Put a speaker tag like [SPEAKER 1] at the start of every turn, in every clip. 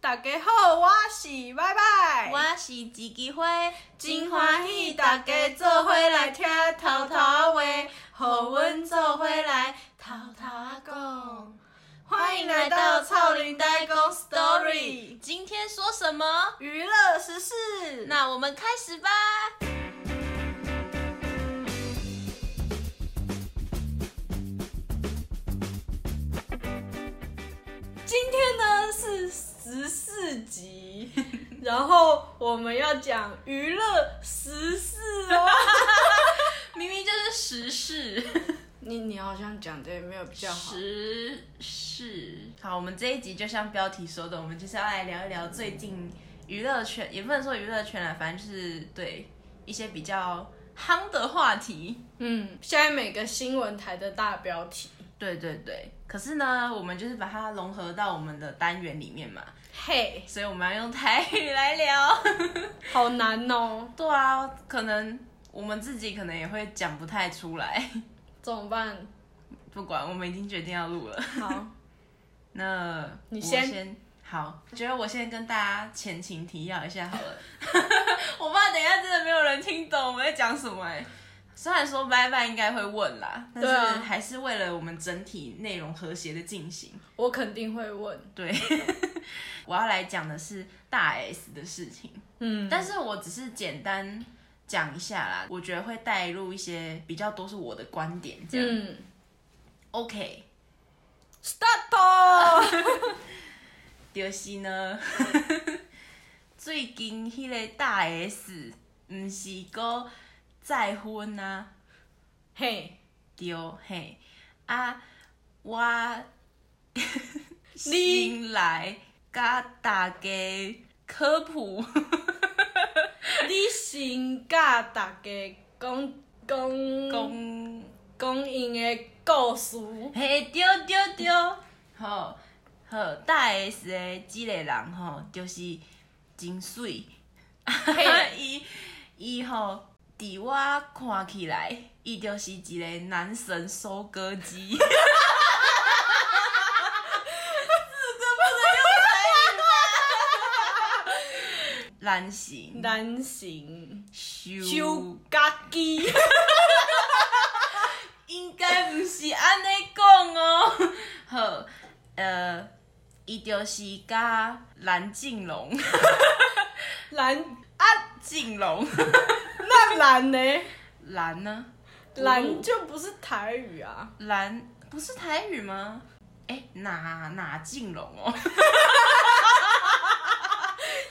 [SPEAKER 1] 大家好，我是拜拜，
[SPEAKER 2] 我是吉吉花，
[SPEAKER 1] 真欢喜大家做伙来听偷偷话，互阮做伙来偷偷啊讲。欢迎来到超龄代工 Story
[SPEAKER 2] 今天说什么？
[SPEAKER 1] 娱乐时事。
[SPEAKER 2] 那我们开始吧。
[SPEAKER 1] 今天呢是十四集， 然后我们要讲娱乐时事哦。
[SPEAKER 2] 明明就是时事，
[SPEAKER 1] 你你好像讲的也没有比较好。
[SPEAKER 2] 时事。好，我们这一集就像标题说的，我们就是要来聊一聊最近娱乐圈，也不能说娱乐圈啦，反正就是对一些比较夯的话题。
[SPEAKER 1] 嗯，现在每个新闻台的大标题，
[SPEAKER 2] 对对对。可是呢，我们就是把它融合到我们的单元里面嘛，
[SPEAKER 1] 嘿，
[SPEAKER 2] 所以我们要用台语来聊。
[SPEAKER 1] 好难哦，
[SPEAKER 2] 对啊，可能我们自己可能也会讲不太出来。
[SPEAKER 1] 怎么 办？
[SPEAKER 2] 不管，我们已经决定要录了。
[SPEAKER 1] 好，
[SPEAKER 2] 那
[SPEAKER 1] 你
[SPEAKER 2] 我
[SPEAKER 1] 先
[SPEAKER 2] 好，觉得我先跟大家前情提要一下好了。 我怕等一下真的没有人听懂我们在讲什么哎、虽然说拜拜应该会问啦，但
[SPEAKER 1] 对啊
[SPEAKER 2] 是还是为了我们整体内容和谐的进行。
[SPEAKER 1] 我肯定会问。
[SPEAKER 2] 对，我要来讲的是大 S 的事情。
[SPEAKER 1] 嗯，
[SPEAKER 2] 但是我只是简单讲一下啦，我觉得会带入一些比较都是我的观点这样。
[SPEAKER 1] 嗯
[SPEAKER 2] OK，
[SPEAKER 1] ，start，哦
[SPEAKER 2] 就是呢， 最近迄个大 S 毋是个再婚啊，
[SPEAKER 1] 嘿，
[SPEAKER 2] 对嘿啊，我
[SPEAKER 1] 你
[SPEAKER 2] 新来甲大家科普。
[SPEAKER 1] 你先甲大家讲讲
[SPEAKER 2] 讲
[SPEAKER 1] 讲因的故事，
[SPEAKER 2] 嘿，对对对，吼，好，大 S 的即个人吼，就是真水，
[SPEAKER 1] 嘿，
[SPEAKER 2] 伊伊吼，伫我看起来，伊就是一个男神收割机。 这个不能用 台语吧男神
[SPEAKER 1] 男性
[SPEAKER 2] 收
[SPEAKER 1] 修，家 己，
[SPEAKER 2] 应该毋是安尼讲哦。 好，呃，伊就是甲蓝静龙， 啊
[SPEAKER 1] 男
[SPEAKER 2] 静龙
[SPEAKER 1] 那男呢？
[SPEAKER 2] 蓝呢？
[SPEAKER 1] 男就不是台语啊，
[SPEAKER 2] 蓝不是台语吗？哎，哪哪靖龙哦，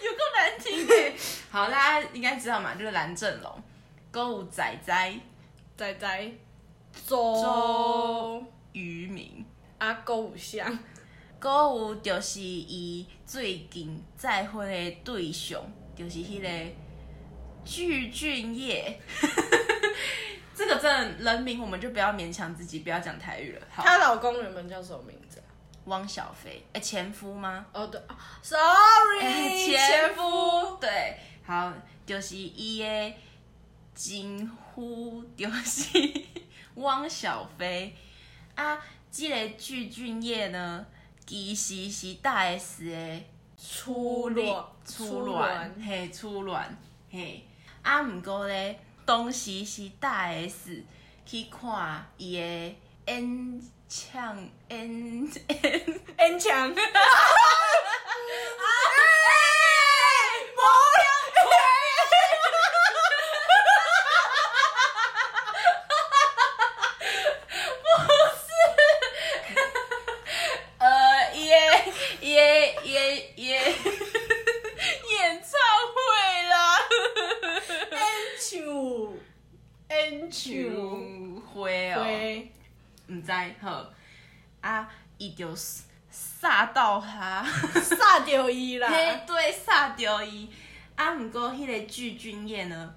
[SPEAKER 2] 有够难听的。好，大家应该知道嘛，就是蓝正龙、购物仔仔、
[SPEAKER 1] 仔仔
[SPEAKER 2] 周
[SPEAKER 1] 周
[SPEAKER 2] 渔民。
[SPEAKER 1] 阿哥有像，
[SPEAKER 2] 购物就是伊最近再婚的对象，就是迄个具俊 晔。这个真的人名，我们就不要勉强自己，不要讲台语了。好，
[SPEAKER 1] 她老公原本叫什么名字啊？
[SPEAKER 2] 汪小菲，哎，前夫吗？
[SPEAKER 1] 哦，对啊，sorry，、
[SPEAKER 2] 哎前夫对，好，就是伊的近乎就是汪小菲啊，即、个具俊晔呢，其实是大 S 的
[SPEAKER 1] 初恋，
[SPEAKER 2] 初恋，嘿，初恋，嘿，啊，毋过咧，当时是大 S 去看伊的演唱演
[SPEAKER 1] 很强，
[SPEAKER 2] 呃，耶耶耶耶，演唱会啦，
[SPEAKER 1] 很强，
[SPEAKER 2] 会哦，
[SPEAKER 1] 对，
[SPEAKER 2] 唔知好啊，伊就杀到他，
[SPEAKER 1] 杀掉伊啦，
[SPEAKER 2] 嘿，对，杀到伊。啊，毋过迄个具俊晔呢，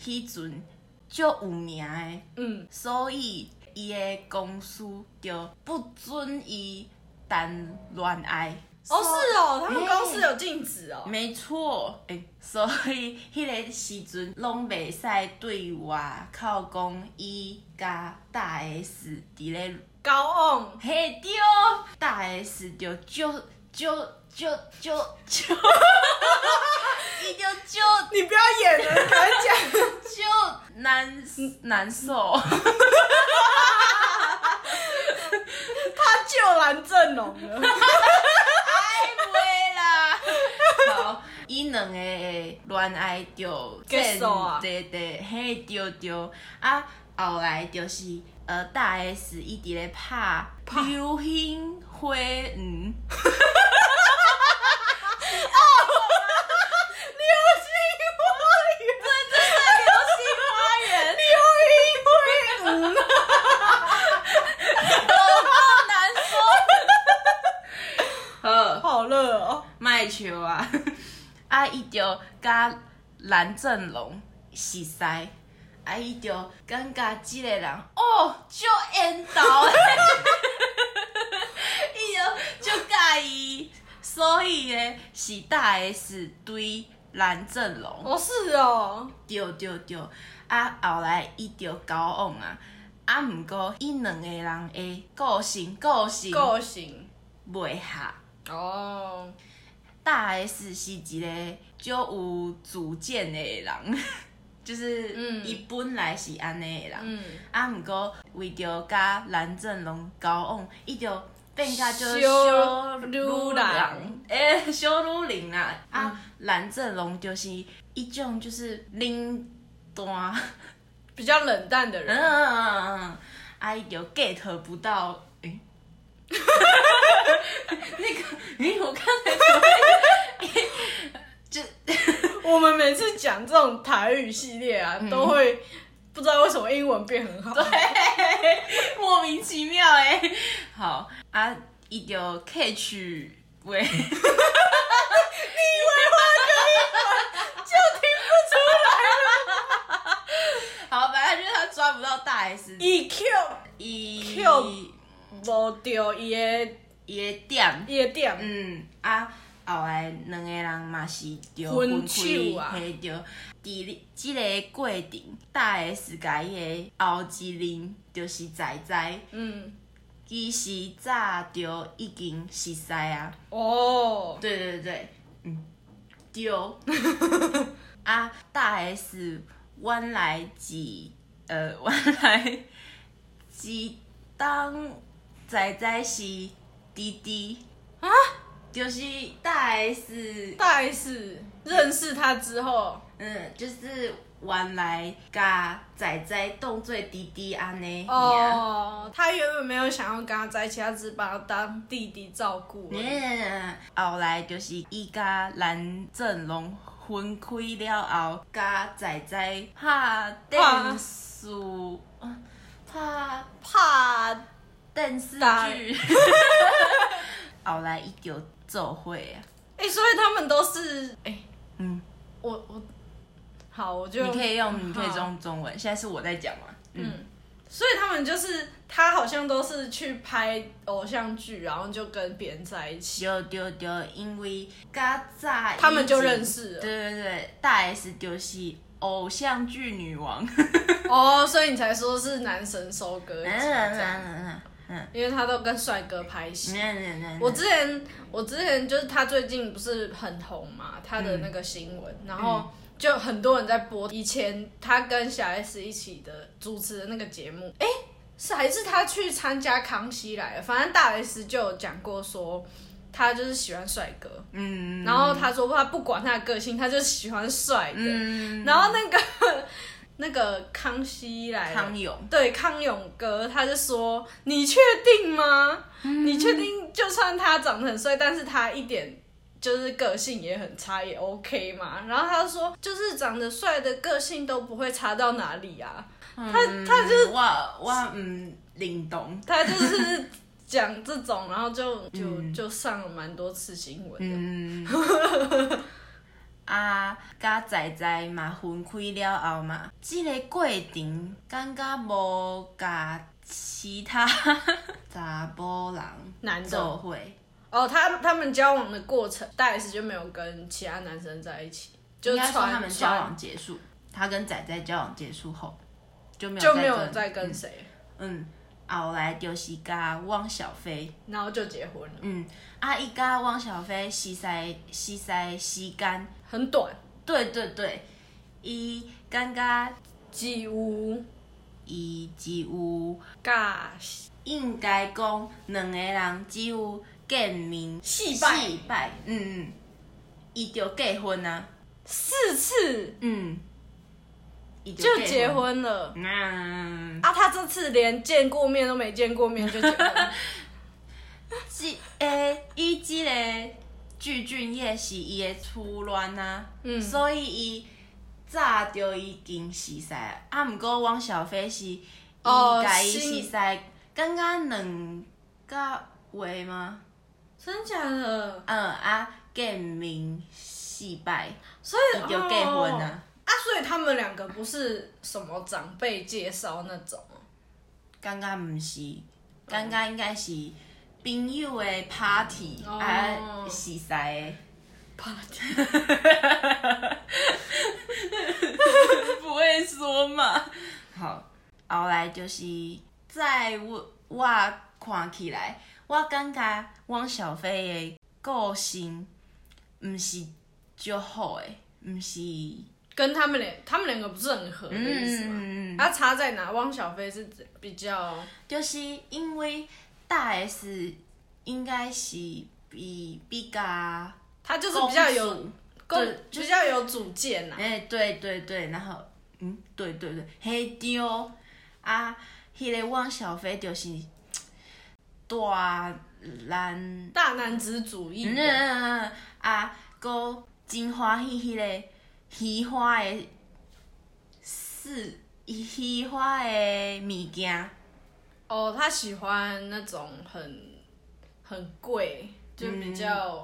[SPEAKER 2] 迄阵足有名诶，
[SPEAKER 1] 嗯，
[SPEAKER 2] 所以伊的公司就不准伊谈恋爱。
[SPEAKER 1] 哦是哦，他们
[SPEAKER 2] 嘿
[SPEAKER 1] 公司有禁止哦，
[SPEAKER 2] 没错，诶、所以迄个时阵拢袂使对外口讲伊甲大 S 伫咧，
[SPEAKER 1] 高昂，
[SPEAKER 2] 嘿对，大 S 就就就就 就就，伊就就
[SPEAKER 1] 你不要演了，你赶紧讲。
[SPEAKER 2] 就难难受，
[SPEAKER 1] 他救蓝正龙了，
[SPEAKER 2] 太袂啦。好，伊两个的恋爱就
[SPEAKER 1] 结束啊
[SPEAKER 2] 对对，嘿对对啊，后来就是呃大 S 伊伫咧拍流星花园。
[SPEAKER 1] 哦 流星花园，流星花园，流 星花园。
[SPEAKER 2] 好，
[SPEAKER 1] 好热哦！
[SPEAKER 2] 卖球啊！ 啊，伊就甲蓝正龙熟识，啊，伊就感觉即个人哦，足缘投 诶，伊就足介意，所以咧是大 S 对蓝正龙。
[SPEAKER 1] 哦，是哦，
[SPEAKER 2] 对对对，啊后来伊就交往啊，啊毋过伊两个人的个性个性
[SPEAKER 1] 个性
[SPEAKER 2] 袂合。
[SPEAKER 1] 哦，
[SPEAKER 2] 大 S 是一个足有主见的人， 就是
[SPEAKER 1] 嗯
[SPEAKER 2] 伊本来是安尼的人，
[SPEAKER 1] 嗯，
[SPEAKER 2] 啊毋过为着甲蓝正龙交往，伊就变甲就
[SPEAKER 1] 小女
[SPEAKER 2] 女
[SPEAKER 1] 人嗯
[SPEAKER 2] 诶， 小女人啦，啊蓝正龙就是一种就是冷 淡。
[SPEAKER 1] 比较冷淡的人，
[SPEAKER 2] 嗯，阿姨有 get 不到，哎、 那个，哎、我刚才怎么
[SPEAKER 1] 我们每次讲这种台语系列啊，都会不知道为什么英文变很好。
[SPEAKER 2] 莫名其妙哎、好，啊，伊就 catch 喂，你以为我的英文就听不出来了？好，反正就是他抓不到大 S，
[SPEAKER 1] EQ
[SPEAKER 2] 伊
[SPEAKER 1] Q E 无掉伊的
[SPEAKER 2] 伊的点。
[SPEAKER 1] 伊的点，
[SPEAKER 2] 嗯啊，后来两个人嘛是着
[SPEAKER 1] 分手啊
[SPEAKER 2] 嘿着。伫即个过程，大 S 甲伊个后一任就是仔仔，
[SPEAKER 1] 嗯，
[SPEAKER 2] 其实早着已经熟识啊。
[SPEAKER 1] 哦，
[SPEAKER 2] 对对对，嗯，丢 啊，大 S 原来是呃， 原来是当仔仔是弟弟
[SPEAKER 1] 啊，
[SPEAKER 2] 就是大 S，
[SPEAKER 1] 大 S 认识他之后，
[SPEAKER 2] 嗯，就是原来甲仔仔当做弟弟安尼。尔
[SPEAKER 1] 哦，他原本没有想要跟他在一起，他只是把他当弟弟照顾而已。
[SPEAKER 2] 嗯，后来就是伊甲蓝正龙分开了后，甲仔仔拍电视，拍
[SPEAKER 1] 怕欸
[SPEAKER 2] 电视
[SPEAKER 1] 打
[SPEAKER 2] 剧。 后来伊就做伙啊，
[SPEAKER 1] 哎、所以他们都是哎、
[SPEAKER 2] 嗯，
[SPEAKER 1] 我我好，我就
[SPEAKER 2] 你可以用，你可以
[SPEAKER 1] 好
[SPEAKER 2] 用中文。现在是我在讲嘛，嗯，
[SPEAKER 1] 嗯，所以他们就是他好像都是去拍偶像剧，然后就跟别人在一 起。
[SPEAKER 2] 对对对，因为较早
[SPEAKER 1] 他们就
[SPEAKER 2] 以前
[SPEAKER 1] 认识了
[SPEAKER 2] 对对对，大 S 就是偶像剧 女王，
[SPEAKER 1] 哦，所以你才说是男神收割机
[SPEAKER 2] 嗯
[SPEAKER 1] 这
[SPEAKER 2] 嗯
[SPEAKER 1] 样，
[SPEAKER 2] 嗯嗯
[SPEAKER 1] 因为他都跟帅哥拍戏。
[SPEAKER 2] 嗯嗯，
[SPEAKER 1] 我之前我之前就是他最近不是很红嘛，他的那个新闻，
[SPEAKER 2] 嗯
[SPEAKER 1] 然后就很多人在播以前他跟小 S 一起的主持的那个节目，哎、是还是他去参加康熙来了，反正大 S 就有讲过说他就是喜欢帅哥，
[SPEAKER 2] 嗯。
[SPEAKER 1] 然后他说他不管他的个性，他就喜欢帅的，
[SPEAKER 2] 嗯，
[SPEAKER 1] 然后那个 那个康熙来了。
[SPEAKER 2] 康永，
[SPEAKER 1] 对康永哥，他就说：“你确定吗？你
[SPEAKER 2] 嗯
[SPEAKER 1] 确定就算他长得很帅，但是他一点就是个性也很差，也 OK 嘛？”然后他就说：“就是长得帅的个性都不会差到哪里啊。
[SPEAKER 2] 他他就是我我嗯领懂，”
[SPEAKER 1] 他就是 讲这种，然后就就、就上了蛮多次新闻的。
[SPEAKER 2] 嗯，啊，甲仔仔嘛分开了后嘛，即、个过程感觉无甲其他 查甫人
[SPEAKER 1] 男的
[SPEAKER 2] 做伙，
[SPEAKER 1] 哦，他他们交往的过程，大 S 就没有跟其他男生在一起，就
[SPEAKER 2] 应该说
[SPEAKER 1] 传
[SPEAKER 2] 他们交往结束，他跟仔仔交往结束后就没有
[SPEAKER 1] 就没有
[SPEAKER 2] 再
[SPEAKER 1] 再跟谁。
[SPEAKER 2] 嗯，后来就是甲汪小菲，
[SPEAKER 1] 然后就结婚了，
[SPEAKER 2] 嗯，啊，伊甲汪小菲西西西西西干，
[SPEAKER 1] 很短，
[SPEAKER 2] 对对对，伊感觉
[SPEAKER 1] 几乎
[SPEAKER 2] 伊只有
[SPEAKER 1] 尬
[SPEAKER 2] 应该讲两个人只有见面
[SPEAKER 1] 四摆
[SPEAKER 2] 四摆，嗯嗯，伊就结婚啊，
[SPEAKER 1] 四次
[SPEAKER 2] 嗯，伊
[SPEAKER 1] 就结，婚了。
[SPEAKER 2] 嗯，
[SPEAKER 1] 啊，他这次连见过面都没见过面就结婚了，
[SPEAKER 2] 即诶，伊即个具俊晔是伊的初恋啊，
[SPEAKER 1] 嗯
[SPEAKER 2] 所以伊早就已经死晒了。啊，毋过汪小菲是伊
[SPEAKER 1] 哦
[SPEAKER 2] 家伊
[SPEAKER 1] 新
[SPEAKER 2] 死晒，刚刚两个月吗？
[SPEAKER 1] 真假的？
[SPEAKER 2] 嗯啊，见面四摆，
[SPEAKER 1] 所以
[SPEAKER 2] 伊就结婚
[SPEAKER 1] 哦
[SPEAKER 2] 啊。
[SPEAKER 1] 啊，所以他们两个不是什么长辈介绍那种，
[SPEAKER 2] 刚刚毋是，刚刚应该是朋友的 party、
[SPEAKER 1] 哦
[SPEAKER 2] 啊，死晒的。 不会说嘛。好，后来就是在我我看起来，我感觉汪小菲的个性毋是足好诶，毋是
[SPEAKER 1] 跟他们两他们两个不是很合的意思吗？
[SPEAKER 2] 嗯，
[SPEAKER 1] 他差在哪？汪小菲是比较
[SPEAKER 2] 就是因为大 S 应该是比比较
[SPEAKER 1] 他就是
[SPEAKER 2] 公
[SPEAKER 1] 比较有
[SPEAKER 2] 主
[SPEAKER 1] 公
[SPEAKER 2] 对，
[SPEAKER 1] 比较有主见啊呐、
[SPEAKER 2] 哎、对对对，然后，嗯，对对对，黑丢啊，迄、个汪小菲就是大男，
[SPEAKER 1] 大男子主义
[SPEAKER 2] 嗯
[SPEAKER 1] 的，
[SPEAKER 2] 嗯啊，搁真欢喜迄个喜欢的四喜欢的物件，
[SPEAKER 1] 哦，他喜欢那种很很贵，就比较、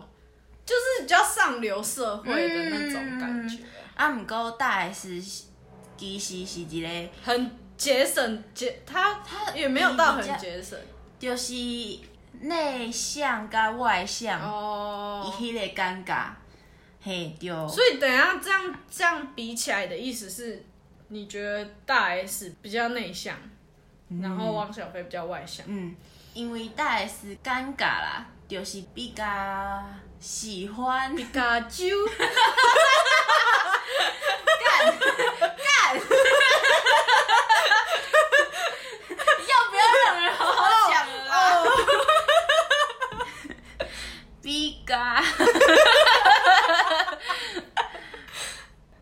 [SPEAKER 1] 就是比较上流社会的那种感觉，
[SPEAKER 2] 啊，毋过大 S 是其实是一个，
[SPEAKER 1] 很节省节，他他也没有到很节省
[SPEAKER 2] 就是内向甲外向，伊
[SPEAKER 1] 哦。
[SPEAKER 2] 迄、个感觉，嘿，对。哦
[SPEAKER 1] 所以等一下这样这样比起来的意思是，你觉得大 S 比较内向，然后汪小菲比较外向，
[SPEAKER 2] 嗯，因为大 S 尴尬啦，就是比较喜欢
[SPEAKER 1] 比较啾。
[SPEAKER 2] 要不要让人好好讲了啦？比较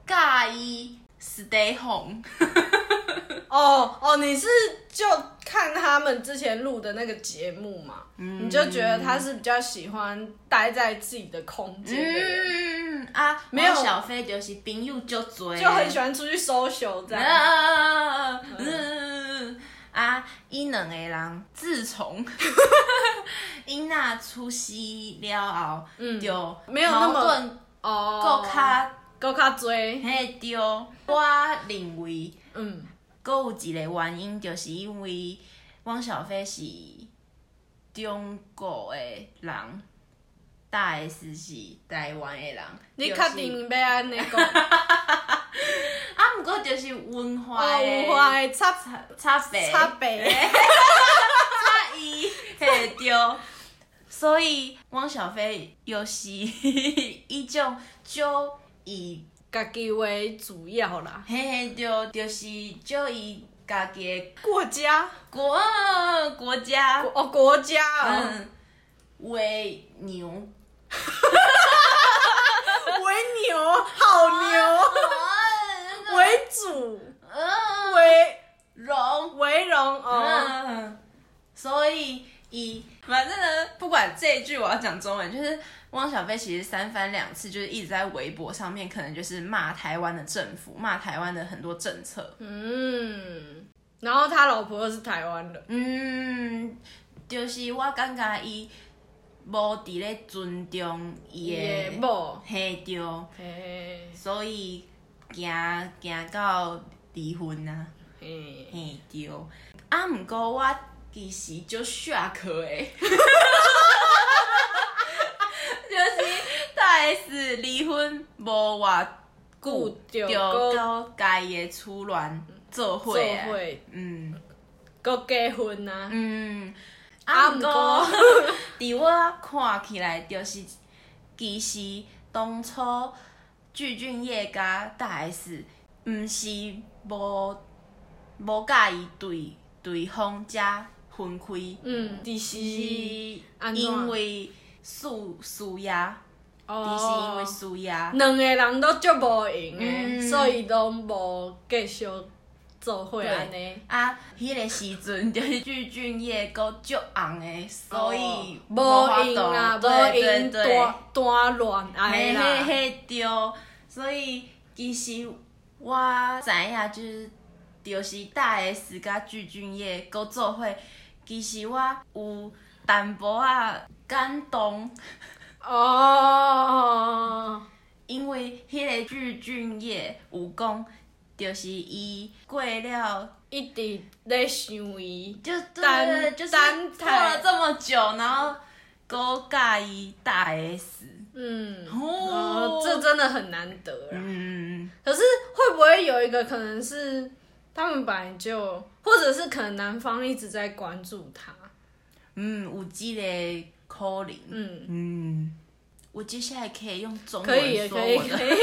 [SPEAKER 2] 介意 stay home，
[SPEAKER 1] 哦哦，你是就看他们之前录的那个节目嘛，
[SPEAKER 2] 嗯
[SPEAKER 1] 你就觉得他是比较喜欢待在自己的空间的人，
[SPEAKER 2] 嗯啊，
[SPEAKER 1] 没有
[SPEAKER 2] 汪小菲就是朋友就多，
[SPEAKER 1] 就很喜欢出去 social 这样。
[SPEAKER 2] 啊嗯啊！因两个人自从因那出息了后，
[SPEAKER 1] 嗯
[SPEAKER 2] 就
[SPEAKER 1] 没有那么
[SPEAKER 2] 矛盾
[SPEAKER 1] 哦
[SPEAKER 2] 够，较
[SPEAKER 1] 够卡追，
[SPEAKER 2] 嘿对。我认为，
[SPEAKER 1] 嗯，
[SPEAKER 2] 佫有一个原因，就是因为汪小菲是中国的人，大 S 是台湾的人。
[SPEAKER 1] 你
[SPEAKER 2] 就是
[SPEAKER 1] 确定要安尼 讲？
[SPEAKER 2] 啊，毋过就是文化
[SPEAKER 1] 哦，
[SPEAKER 2] 的
[SPEAKER 1] 有话会插
[SPEAKER 2] 差别
[SPEAKER 1] 插白，
[SPEAKER 2] 阿姨，嘿对，所以汪小菲又是 一种就以
[SPEAKER 1] 家己为主要啦，
[SPEAKER 2] 嘿嘿对，就是就以家己的
[SPEAKER 1] 国家
[SPEAKER 2] 国国家
[SPEAKER 1] 哦国家哦，
[SPEAKER 2] 嗯为牛，
[SPEAKER 1] 为牛好
[SPEAKER 2] 啊
[SPEAKER 1] 牛，为主
[SPEAKER 2] 哦嗯
[SPEAKER 1] 为
[SPEAKER 2] 荣
[SPEAKER 1] 为荣哦。
[SPEAKER 2] 嗯，所以以反正呢，不管这一句我要讲中文，就是汪小菲其实三番两次就是一直在微博上面，可能就是骂台湾的政府，骂台湾的很多政策。
[SPEAKER 1] 嗯，然后他老婆又是台湾人，
[SPEAKER 2] 嗯，就是我感觉伊无伫咧尊重伊
[SPEAKER 1] 也
[SPEAKER 2] 的，
[SPEAKER 1] 某，
[SPEAKER 2] 嘿对，
[SPEAKER 1] 嘿
[SPEAKER 2] 所以行行到离婚啊，
[SPEAKER 1] 嘿，
[SPEAKER 2] 嘿对。啊，毋过我其实就 shock 诶， 就是大 S 离婚无偌
[SPEAKER 1] 顾
[SPEAKER 2] 久，
[SPEAKER 1] 着
[SPEAKER 2] 就
[SPEAKER 1] 讲
[SPEAKER 2] 跟家己的初恋做伙
[SPEAKER 1] 做
[SPEAKER 2] 啊，
[SPEAKER 1] 会
[SPEAKER 2] 嗯。
[SPEAKER 1] 搁结婚啊，
[SPEAKER 2] 嗯，
[SPEAKER 1] 啊
[SPEAKER 2] 啊，毋
[SPEAKER 1] 毋
[SPEAKER 2] 过
[SPEAKER 1] 过
[SPEAKER 2] 伫我看起来，就是其实当初具俊晔甲大 S，毋是无无介意对对方才分开，
[SPEAKER 1] 嗯，只
[SPEAKER 2] 是
[SPEAKER 1] 是安怎
[SPEAKER 2] 因为事事业，只是因
[SPEAKER 1] 哦，
[SPEAKER 2] 为事业。
[SPEAKER 1] 两个人都足无闲诶，
[SPEAKER 2] 嗯
[SPEAKER 1] 所以拢无继续做伙安尼。
[SPEAKER 2] 啊，迄个时阵就是具俊晔阁足红诶，所以
[SPEAKER 1] 哦无闲
[SPEAKER 2] 啊，
[SPEAKER 1] 啦，
[SPEAKER 2] 对
[SPEAKER 1] 无
[SPEAKER 2] 对
[SPEAKER 1] 闲
[SPEAKER 2] 对
[SPEAKER 1] 单单恋爱
[SPEAKER 2] 嘿嘿
[SPEAKER 1] 啦，
[SPEAKER 2] 嘿，对，所以其实我知影就是就是大 S 甲具俊晔搁做伙，其实我有淡薄仔感动，
[SPEAKER 1] 哦，
[SPEAKER 2] 因为迄个具俊晔有讲，就是伊过了，
[SPEAKER 1] 一直咧想伊，
[SPEAKER 2] 就对
[SPEAKER 1] 单
[SPEAKER 2] 对对，就是
[SPEAKER 1] 单
[SPEAKER 2] 过了
[SPEAKER 1] 台
[SPEAKER 2] 这么久，然后搁介意大 S，
[SPEAKER 1] 嗯，
[SPEAKER 2] 哦
[SPEAKER 1] 哦，这真的很难得啊啦。
[SPEAKER 2] 嗯，
[SPEAKER 1] 可是会不会有一个可能是他们本来就，或者是可能男方一直在关注他，
[SPEAKER 2] 嗯，有即个可能。
[SPEAKER 1] 嗯，
[SPEAKER 2] 嗯，我接下来可以用中
[SPEAKER 1] 可以
[SPEAKER 2] 文
[SPEAKER 1] 耶，
[SPEAKER 2] 说
[SPEAKER 1] 可以，
[SPEAKER 2] 我
[SPEAKER 1] 可
[SPEAKER 2] 的。
[SPEAKER 1] 以，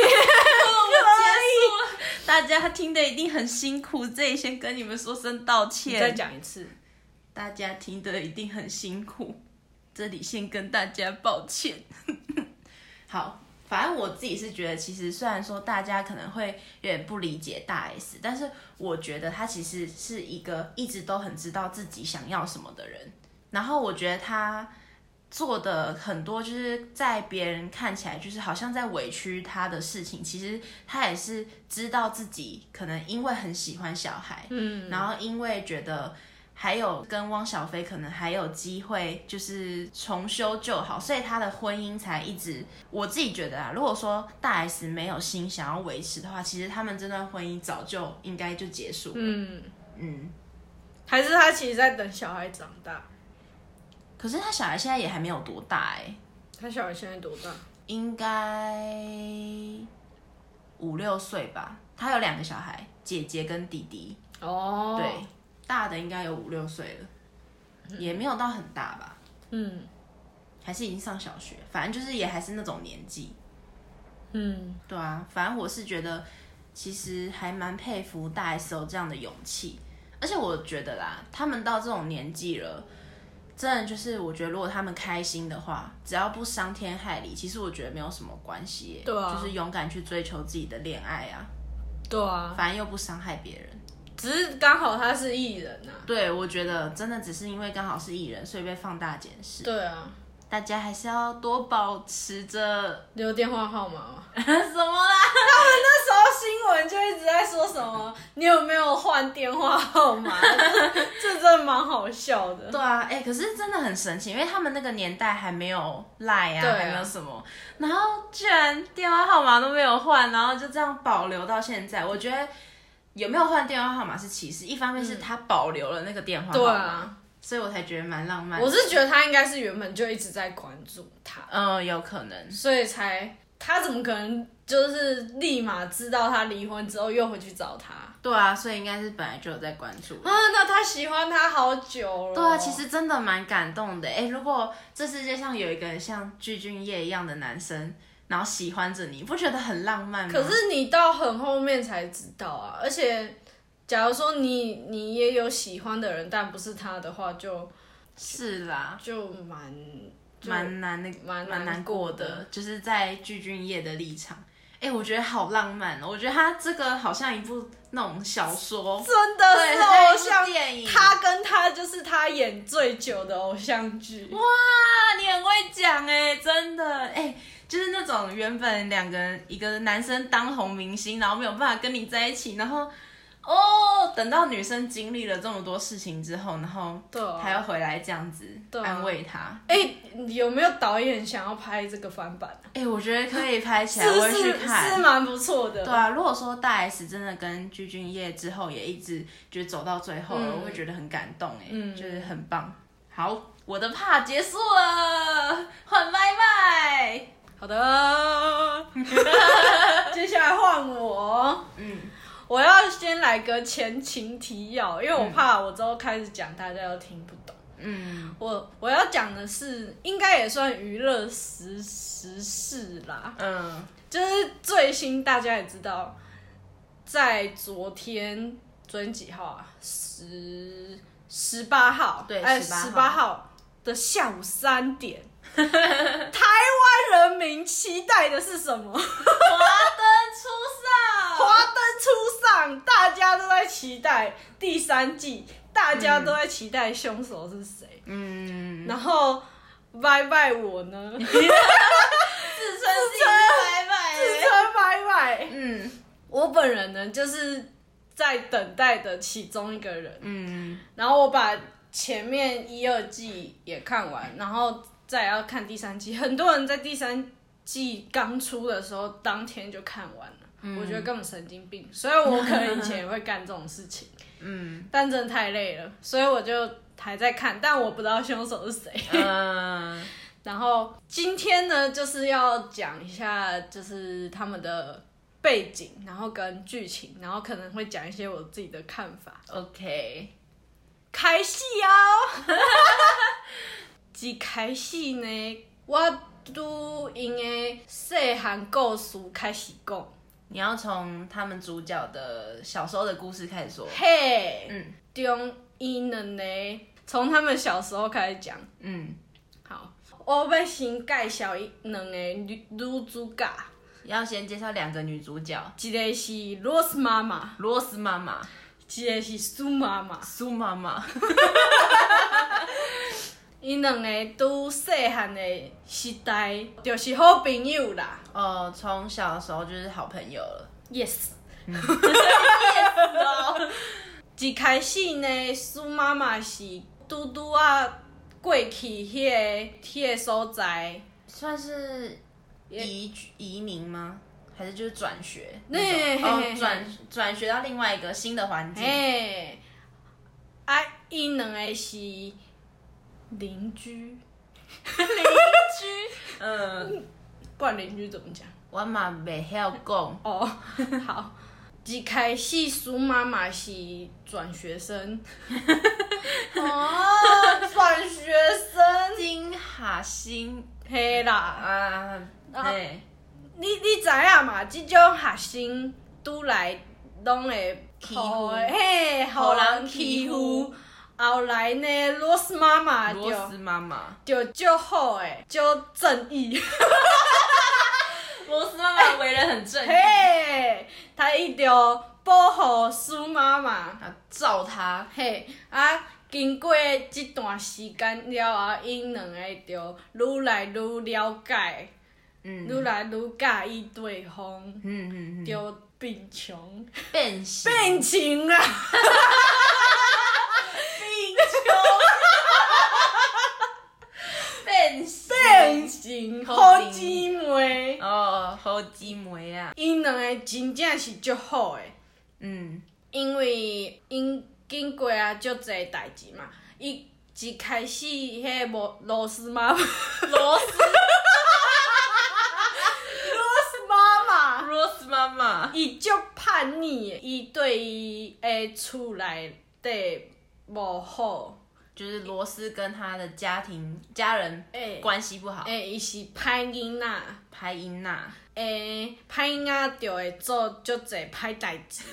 [SPEAKER 2] 大家听得一定很辛苦，这里先跟你们说声道
[SPEAKER 1] 你再
[SPEAKER 2] 歉。
[SPEAKER 1] 讲一次，
[SPEAKER 2] 大家听得一定很辛苦， 这里先跟大家抱歉。 好，反正我自己是觉得，其实虽然说大家可能会有点不理解大 S，但是我觉得他其实是一个一直都很知道自己想要什么的人。然后我觉得他做的很多，就是在别人看起来就是好像在委屈他的事情，其实他也是知道自己可能因为很喜欢小孩，
[SPEAKER 1] 嗯，
[SPEAKER 2] 然后因为觉得还有跟汪小菲可能还有机会，就是重修旧好，所以他的婚姻才一直。我自己觉得啊，如果说大 S 没有心想要维持的话，其实他们这段婚姻早就应该就结束。
[SPEAKER 1] 嗯，
[SPEAKER 2] 嗯，
[SPEAKER 1] 还是他其实在等小孩长大，
[SPEAKER 2] 可是他小孩现在也还没有多大哎、
[SPEAKER 1] 他小孩现在多大？
[SPEAKER 2] 应该嗯五六岁吧。他有两个小孩，姐姐跟弟弟。
[SPEAKER 1] 哦，
[SPEAKER 2] 对，，大的应该有五六岁了，也没有到很大吧。
[SPEAKER 1] 嗯
[SPEAKER 2] 还是已经上小学，反正就是也还是那种年纪。
[SPEAKER 1] 嗯，
[SPEAKER 2] 对啊，反正我是觉得，其实还蛮佩服大 S 有这样的勇气，而且我觉得啦，他们到这种年纪了，真的就是我觉得，如果他们开心的话，只要不伤天害理，其实我觉得没有什么关系耶。
[SPEAKER 1] 对啊
[SPEAKER 2] 就是勇敢去追求自己的恋爱啊，
[SPEAKER 1] 对啊，
[SPEAKER 2] 反正又不伤害别人。
[SPEAKER 1] 只是刚好他是艺人啊，
[SPEAKER 2] 对，我觉得真的只是因为刚好是艺人，所以被放大检视。
[SPEAKER 1] 对啊，
[SPEAKER 2] 大家还是要多保持着
[SPEAKER 1] 留电话号码 嘛。
[SPEAKER 2] 什么啦？
[SPEAKER 1] 那时候哦新闻就一直在说什么，你有没有换电话号码？ 这真的蛮好笑 的。
[SPEAKER 2] 对啊，哎、可是真的很神奇，因为他们那个年代还没有赖啊，
[SPEAKER 1] 对啊
[SPEAKER 2] 还没有什么，然后居然电话号码都没有换，然后就这样保留到现在。我觉得有没有换电话号码是其次，一方面是他保留了那个电话号
[SPEAKER 1] 对
[SPEAKER 2] 码，
[SPEAKER 1] 啊，
[SPEAKER 2] 所以我才觉得蛮浪漫。
[SPEAKER 1] 我是觉得他应该是原本就一直在关注他，
[SPEAKER 2] 嗯、有可能，
[SPEAKER 1] 所以才他怎么可能就是立马知道他离婚之后又回去找他啊？
[SPEAKER 2] 对啊，所以应该是本来就有在关注。
[SPEAKER 1] 那他喜欢他好久了。
[SPEAKER 2] 对啊，其实真的蛮感动的。哎、如果这世界上有一个人像具俊晔一样的男生，然后喜欢着你，不觉得很浪漫吗？
[SPEAKER 1] 可是你到很后面才知道啊，而且。假如说你你也有喜欢的人，但不是他的话就，
[SPEAKER 2] 是啦，
[SPEAKER 1] 就蛮就
[SPEAKER 2] 蛮难的，
[SPEAKER 1] 蛮
[SPEAKER 2] 蛮难
[SPEAKER 1] 难过
[SPEAKER 2] 过的，就是在具俊晔的立场。哎、我觉得好浪漫哦！我觉得他这个好像一部那种小说，
[SPEAKER 1] 真的
[SPEAKER 2] 对，
[SPEAKER 1] 是
[SPEAKER 2] 很
[SPEAKER 1] 偶
[SPEAKER 2] 像一
[SPEAKER 1] 像
[SPEAKER 2] 部电影。
[SPEAKER 1] 他跟他就是他演最久的偶像剧，
[SPEAKER 2] 哇，你很会讲哎，真的哎、就是那种原本两个人，一个男生当红明星，然后没有办法跟你在一起，然后哦，等到女生经历了这么多事情之后，然后
[SPEAKER 1] 对啊
[SPEAKER 2] 他又回来这样子
[SPEAKER 1] 对啊
[SPEAKER 2] 安慰他。
[SPEAKER 1] 哎、有没有导演想要拍这个翻版啊？
[SPEAKER 2] 哎、我觉得可以拍起来，
[SPEAKER 1] 是
[SPEAKER 2] 我会去
[SPEAKER 1] 是
[SPEAKER 2] 看。
[SPEAKER 1] 是蛮不错的，
[SPEAKER 2] 对啊，如果说大 S 真的跟鞠俊晔之后也一直就是走到最后了，
[SPEAKER 1] 嗯
[SPEAKER 2] 我会觉得很感动哎、
[SPEAKER 1] 嗯
[SPEAKER 2] 就是很棒。好，我的 part 结束了，换麦麦。
[SPEAKER 1] 好的，接下来换我。
[SPEAKER 2] 嗯，
[SPEAKER 1] 我要先来个前情提要，因为我怕我之后开始讲，大家都听不懂。
[SPEAKER 2] 嗯
[SPEAKER 1] 我我要讲的是，应该也算娱乐时时事啦，
[SPEAKER 2] 嗯
[SPEAKER 1] 就是最新大家也知道，在昨天昨天几号啊？十十八号，
[SPEAKER 2] 对
[SPEAKER 1] 哎，
[SPEAKER 2] 18
[SPEAKER 1] 十
[SPEAKER 2] 号
[SPEAKER 1] 八号的下午三点， 台湾人民期待的是什么？
[SPEAKER 2] 哦 出
[SPEAKER 1] 华灯初上，大家都在期待第三季，大家都在期待凶手是谁。
[SPEAKER 2] 嗯，
[SPEAKER 1] 然后拜拜我呢， 自
[SPEAKER 2] 自称自
[SPEAKER 1] 己
[SPEAKER 2] 拜拜
[SPEAKER 1] 称拜拜。
[SPEAKER 2] 嗯
[SPEAKER 1] 我本人呢，就是在等待的其中一个人。
[SPEAKER 2] 嗯
[SPEAKER 1] 然后我把前面一二季也看完，然后再要看第三季。很多人在第三季刚出的时候，当天就看完了。我觉得根本神经病，所以我可能以前也会干这种事情，
[SPEAKER 2] 嗯
[SPEAKER 1] 但真的太累了，所以我就还在看，但我不知道凶手是谁。
[SPEAKER 2] 嗯
[SPEAKER 1] 然后今天呢，就是要讲一下，就是他们的背景，然后跟剧情，然后可能会讲一些我自己的看法。
[SPEAKER 2] ，OK，
[SPEAKER 1] 开戏哦， 一开始呢，我拄因的细汉故事开始讲，
[SPEAKER 2] 你要从他们主角的小时候的故事开始说。
[SPEAKER 1] 嘿，
[SPEAKER 2] 嗯
[SPEAKER 1] 中因两个从他们小时候开始讲。
[SPEAKER 2] 嗯，
[SPEAKER 1] 好，我要先介绍伊两个女女主角，
[SPEAKER 2] 要先介绍两个女主角，
[SPEAKER 1] 一个是罗斯妈妈。
[SPEAKER 2] 罗斯妈妈、
[SPEAKER 1] 一个是苏妈妈，
[SPEAKER 2] 苏妈妈。
[SPEAKER 1] 因两个拄细汉的时代，就是好朋友啦。
[SPEAKER 2] 哦，从小的时候就是好朋友了。
[SPEAKER 1] Yes，一哦开始呢，苏妈妈是拄拄啊过去迄、个迄、个所在，
[SPEAKER 2] 算是移移民吗？还是就是转学那
[SPEAKER 1] 嘿
[SPEAKER 2] 种？
[SPEAKER 1] 嘿
[SPEAKER 2] 哦，
[SPEAKER 1] 嘿
[SPEAKER 2] 转转学到另外一个新的环境。
[SPEAKER 1] 嘿，哎啊，因两个是邻居，
[SPEAKER 2] 嗯，
[SPEAKER 1] 不然邻居怎么讲？
[SPEAKER 2] 我嘛袂晓讲。
[SPEAKER 1] 哦，好，一开始苏妈妈是转学 生，哦，转学生，
[SPEAKER 2] 金哈星
[SPEAKER 1] 嘿啦，
[SPEAKER 2] 啊，对，
[SPEAKER 1] 你你知影嘛？即种学生拄来拢会
[SPEAKER 2] 欺
[SPEAKER 1] 互
[SPEAKER 2] 负
[SPEAKER 1] 嘿，互人欺负。后来呢，罗斯妈妈就
[SPEAKER 2] 罗斯妈妈，
[SPEAKER 1] 就就好诶，就正义，
[SPEAKER 2] 罗斯妈妈为人很正义，
[SPEAKER 1] 嘿，他伊就保护苏妈妈。
[SPEAKER 2] 啊，照他，
[SPEAKER 1] 嘿，啊，经过即段时间了后，因两个就愈来愈了解，
[SPEAKER 2] 嗯
[SPEAKER 1] 愈、来愈介意对方，
[SPEAKER 2] 嗯嗯嗯，
[SPEAKER 1] 就变穷，
[SPEAKER 2] 变形，
[SPEAKER 1] 变穷啦，
[SPEAKER 2] 变形，
[SPEAKER 1] 变穷，好姊妹，
[SPEAKER 2] 哦，好姊妹啊，
[SPEAKER 1] 因两个真正是足好诶，
[SPEAKER 2] 嗯
[SPEAKER 1] 因为因经过啊足侪代志嘛，伊一开始迄无螺丝妈妈，螺丝，螺丝妈妈。
[SPEAKER 2] 罗斯妈妈，
[SPEAKER 1] 伊足叛逆的，伊对伊诶厝内底无好，
[SPEAKER 2] 就是罗斯跟他的家庭家人
[SPEAKER 1] 诶
[SPEAKER 2] 关系不好，
[SPEAKER 1] 诶，伊是歹囡仔，
[SPEAKER 2] 拍音娜，
[SPEAKER 1] 诶，歹囡仔就会做足侪歹代志。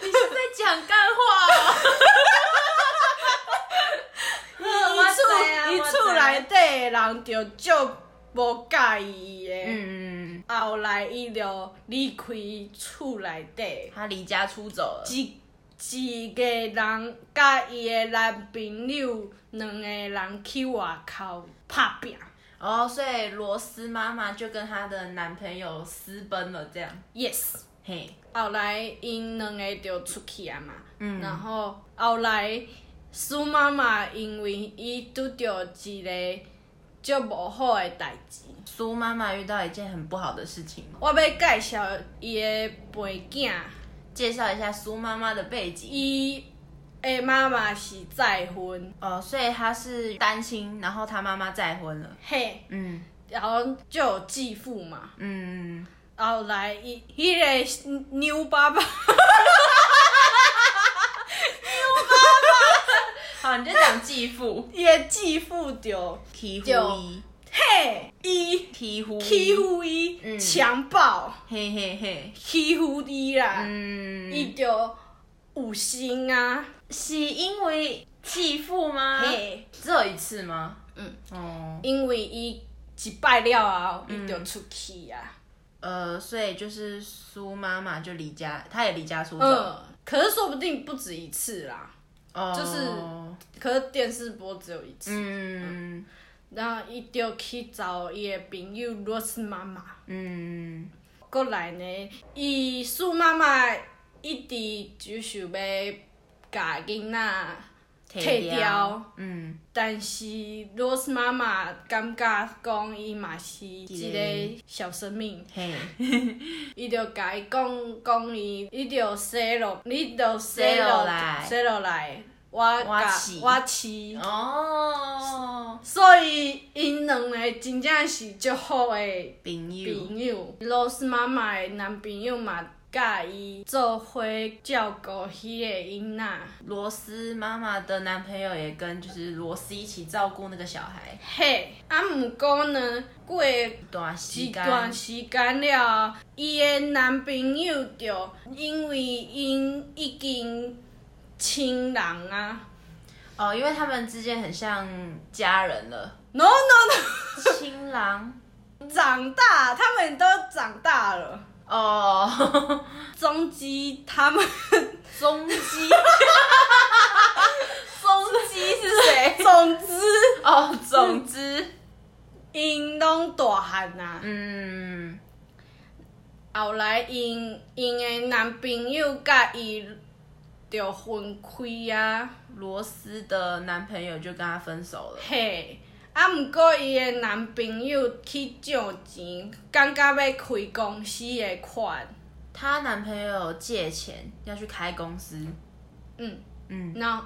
[SPEAKER 2] 你是在讲干话、哦？我知啊
[SPEAKER 1] 伊
[SPEAKER 2] 我
[SPEAKER 1] 厝伊
[SPEAKER 2] 知
[SPEAKER 1] 厝内底的人就足无介意伊的。
[SPEAKER 2] 嗯，
[SPEAKER 1] 后来伊就离开厝内底，
[SPEAKER 2] 他离家出走了，
[SPEAKER 1] 一一个人甲伊的男朋友两个人去外口拍拼。
[SPEAKER 2] 哦，所以罗斯妈妈就跟她的男朋友私奔了，这样，
[SPEAKER 1] Yes。
[SPEAKER 2] 嘿，
[SPEAKER 1] 后来因两个就出去啊嘛，
[SPEAKER 2] 嗯
[SPEAKER 1] 然后后来苏妈妈因为伊拄着一个足无好的代志，
[SPEAKER 2] 苏妈妈遇到一件很不好的事情哦吗？
[SPEAKER 1] 我要介绍伊的背景。
[SPEAKER 2] 介绍一下苏妈妈的背景。
[SPEAKER 1] 伊的妈妈是再婚，
[SPEAKER 2] 哦，所以她是单亲，然后她妈妈再婚了。
[SPEAKER 1] 嘿，
[SPEAKER 2] 嗯
[SPEAKER 1] 然后就有继父嘛。
[SPEAKER 2] 嗯
[SPEAKER 1] 后来伊迄、个牛爸 爸，
[SPEAKER 2] 好，你就讲继 父
[SPEAKER 1] 伊的继父就
[SPEAKER 2] 欺负
[SPEAKER 1] 就
[SPEAKER 2] 伊，
[SPEAKER 1] 嘿伊
[SPEAKER 2] 欺负
[SPEAKER 1] 欺
[SPEAKER 2] 伊，
[SPEAKER 1] 负伊，
[SPEAKER 2] 嗯
[SPEAKER 1] 强暴
[SPEAKER 2] 嘿嘿嘿，
[SPEAKER 1] 欺负伊啦，
[SPEAKER 2] 嗯，
[SPEAKER 1] 伊就有心啊，
[SPEAKER 2] 是因为继父吗？
[SPEAKER 1] 嘿。
[SPEAKER 2] 只有一次吗？
[SPEAKER 1] 嗯，
[SPEAKER 2] 哦，
[SPEAKER 1] 因为伊一摆了后，伊就出去啊。
[SPEAKER 2] 呃，所以就是苏妈妈就离家，她也离家出走，
[SPEAKER 1] 嗯，可是说不定不止一次啦。
[SPEAKER 2] 哦，
[SPEAKER 1] 就是可是电视播只有一次，
[SPEAKER 2] 嗯
[SPEAKER 1] 然后伊就去找伊的朋友罗斯妈妈。
[SPEAKER 2] 嗯
[SPEAKER 1] 过来呢，伊苏妈妈一直就想要甲囡仔退掉，
[SPEAKER 2] 嗯，
[SPEAKER 1] 但是罗斯妈妈感觉讲伊嘛是一个小生命。
[SPEAKER 2] 嘿，
[SPEAKER 1] 伊就甲伊讲讲伊，伊就洗落，你就洗
[SPEAKER 2] 洗
[SPEAKER 1] 落
[SPEAKER 2] 落来
[SPEAKER 1] 洗落来，我
[SPEAKER 2] 我
[SPEAKER 1] 甲
[SPEAKER 2] 饲
[SPEAKER 1] 我饲。
[SPEAKER 2] 哦，
[SPEAKER 1] 所以，因两个真正是足好的
[SPEAKER 2] 朋友，
[SPEAKER 1] 朋友。罗斯妈妈的男朋友嘛，甲伊做伙照顾迄个囡仔。
[SPEAKER 2] 罗斯妈妈的男朋友也跟就是罗斯一起照顾那个小孩，
[SPEAKER 1] 嘿，啊，毋过呢，过
[SPEAKER 2] 短时
[SPEAKER 1] 一
[SPEAKER 2] 间，
[SPEAKER 1] 段时间了，伊的男朋友就因为因已经亲人啊。
[SPEAKER 2] 哦，因为他们之间很像家人了，
[SPEAKER 1] no no
[SPEAKER 2] 新郎。
[SPEAKER 1] no，长大，他们都长大了。
[SPEAKER 2] 哦，
[SPEAKER 1] 终极，他们
[SPEAKER 2] 中基，中基是谁？
[SPEAKER 1] 总之，
[SPEAKER 2] 哦，总之，
[SPEAKER 1] 因拢大汉啊。
[SPEAKER 2] 嗯，
[SPEAKER 1] 后来，因因的男朋友甲伊就分开啊。
[SPEAKER 2] 罗斯的男朋友就跟他分手了。
[SPEAKER 1] 嘿，啊，毋过伊的男朋友去借钱，感觉要开公司的款。
[SPEAKER 2] 她男朋友借钱要去开公司，
[SPEAKER 1] 嗯，
[SPEAKER 2] 嗯，
[SPEAKER 1] 那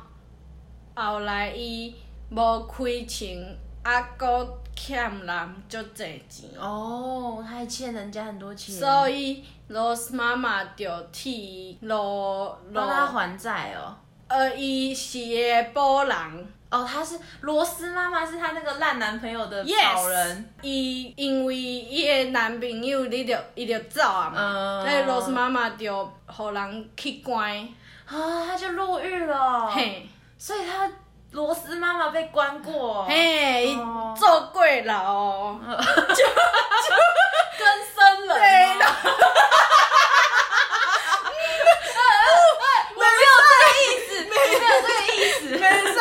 [SPEAKER 1] 后来伊无开钱，啊，搁欠人足侪钱。
[SPEAKER 2] 哦，他还欠人家很多钱，
[SPEAKER 1] 所以罗斯妈妈就替罗
[SPEAKER 2] 帮他
[SPEAKER 1] 罗，
[SPEAKER 2] 还债哦。
[SPEAKER 1] 呃，伊是个波人，
[SPEAKER 2] 哦，他是罗斯妈妈是他那个烂男朋友的
[SPEAKER 1] Yes
[SPEAKER 2] 老人
[SPEAKER 1] 伊因为伊的男朋友，你就伊就走啊嘛，
[SPEAKER 2] 嗯
[SPEAKER 1] 所以罗斯妈妈就互人去关，
[SPEAKER 2] 啊，他就入狱了，
[SPEAKER 1] 嘿，
[SPEAKER 2] 所以他罗斯妈妈被关过，
[SPEAKER 1] 嘿，伊
[SPEAKER 2] 哦
[SPEAKER 1] 做过牢哦，
[SPEAKER 2] 跟生人
[SPEAKER 1] 对
[SPEAKER 2] 吗，
[SPEAKER 1] 没有
[SPEAKER 2] 没有这个意思，
[SPEAKER 1] 没使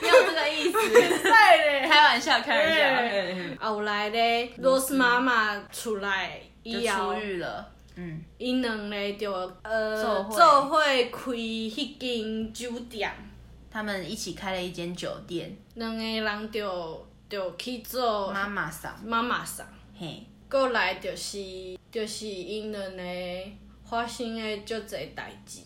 [SPEAKER 2] 没有这个意思，
[SPEAKER 1] 没使咧。
[SPEAKER 2] 开玩笑，开玩笑
[SPEAKER 1] 嘿
[SPEAKER 2] 嘿嘿，嘿
[SPEAKER 1] 后啊来咧，罗斯妈妈出来
[SPEAKER 2] 就
[SPEAKER 1] 以后
[SPEAKER 2] 出，狱了，嗯，
[SPEAKER 1] 因两个就呃
[SPEAKER 2] 做伙
[SPEAKER 1] 做伙开迄间酒店，
[SPEAKER 2] 他们一起开了一间酒店，
[SPEAKER 1] 两个人就就去做
[SPEAKER 2] 妈妈桑，
[SPEAKER 1] 妈妈桑。
[SPEAKER 2] 嘿，
[SPEAKER 1] 过来就是就是因两个发生的足侪代志，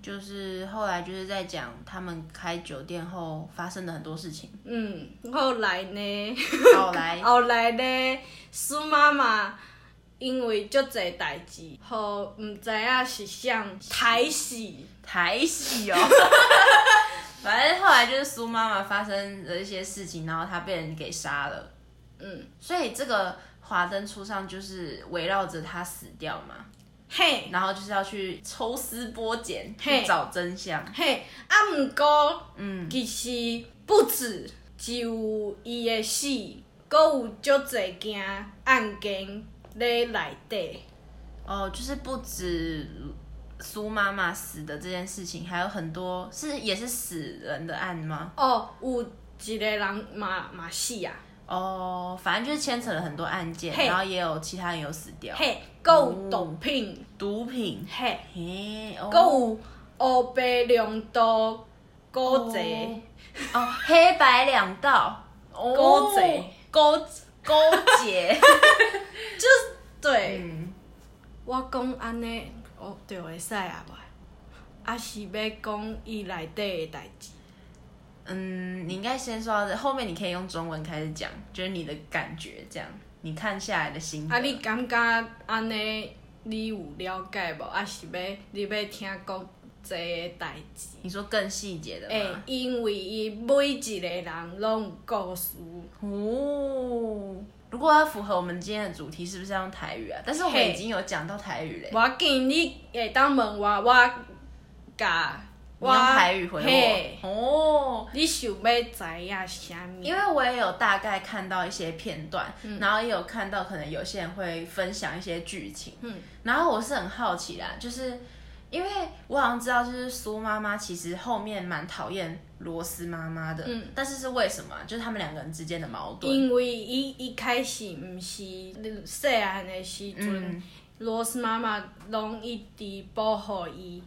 [SPEAKER 2] 就是后来就是在讲他们开酒店后发生的很多事 情，
[SPEAKER 1] 嗯，后来呢，
[SPEAKER 2] 后来
[SPEAKER 1] 后来呢，苏妈妈因为足侪代志，互毋知影是啥台戏，
[SPEAKER 2] 台戏哦。 反正后来就是苏妈妈发生了一些事情，然后她被人给杀了，
[SPEAKER 1] 嗯，
[SPEAKER 2] 所以这个华灯初上就是围绕着她死掉嘛。
[SPEAKER 1] 嘿
[SPEAKER 2] 然后就是要去抽丝剥茧，
[SPEAKER 1] 嘿
[SPEAKER 2] 去找真相。
[SPEAKER 1] 嘿，啊毋过。
[SPEAKER 2] 嗯，
[SPEAKER 1] 其实不止只有伊的死，阁有足侪件案件咧内底。
[SPEAKER 2] 哦，就是不止苏妈妈死的这件事情，还有很多是也是死人的案吗？
[SPEAKER 1] 哦，有一个人嘛嘛死啊，
[SPEAKER 2] 哦，反正就是牵扯了很多案件，
[SPEAKER 1] 嘿
[SPEAKER 2] 然后也有其他人有死掉，
[SPEAKER 1] 嘿，阁有毒品，
[SPEAKER 2] 毒品，
[SPEAKER 1] 嘿，
[SPEAKER 2] 嘿，哦
[SPEAKER 1] 阁有黑白两道古贼，
[SPEAKER 2] 哦，黑白两 道，哦
[SPEAKER 1] 勾结，
[SPEAKER 2] 勾勾 结，
[SPEAKER 1] 对，
[SPEAKER 2] 嗯，
[SPEAKER 1] 我讲安尼，哦，就会使啊袂？啊是要讲伊内底的代志，
[SPEAKER 2] 嗯，你应该先说到这，后面你可以用中文开始讲，就是你的感觉这样，你看下来的心得。
[SPEAKER 1] 啊，你感觉安尼，你有了解无？啊，是要你要听国际的代志？
[SPEAKER 2] 你说更细节的
[SPEAKER 1] 诶、
[SPEAKER 2] 吗？
[SPEAKER 1] 因为伊每一个人拢有故事，
[SPEAKER 2] 哦，如果要符合我们今天的主题，是不是要用台语啊？但是我们
[SPEAKER 1] 嘿
[SPEAKER 2] 已经有讲到台语嘞
[SPEAKER 1] 无。要紧，你会当问我，我甲
[SPEAKER 2] 你用台语回
[SPEAKER 1] 嘿
[SPEAKER 2] 我哦，
[SPEAKER 1] 你想要知影啥物？
[SPEAKER 2] 因为我也有大概看到一些片段，
[SPEAKER 1] 嗯
[SPEAKER 2] 然后也有看到可能有些人会分享一些剧情，
[SPEAKER 1] 嗯
[SPEAKER 2] 然后我是很好奇啦，就是因为我好像知道，就是苏妈妈其实后面蛮讨厌罗斯妈妈的，
[SPEAKER 1] 嗯
[SPEAKER 2] 但是是为什么啊？就是他们两个人之间的矛盾，
[SPEAKER 1] 因为伊一开始毋是你细汉的时阵
[SPEAKER 2] 嗯，
[SPEAKER 1] 罗、斯妈妈拢一直保护伊，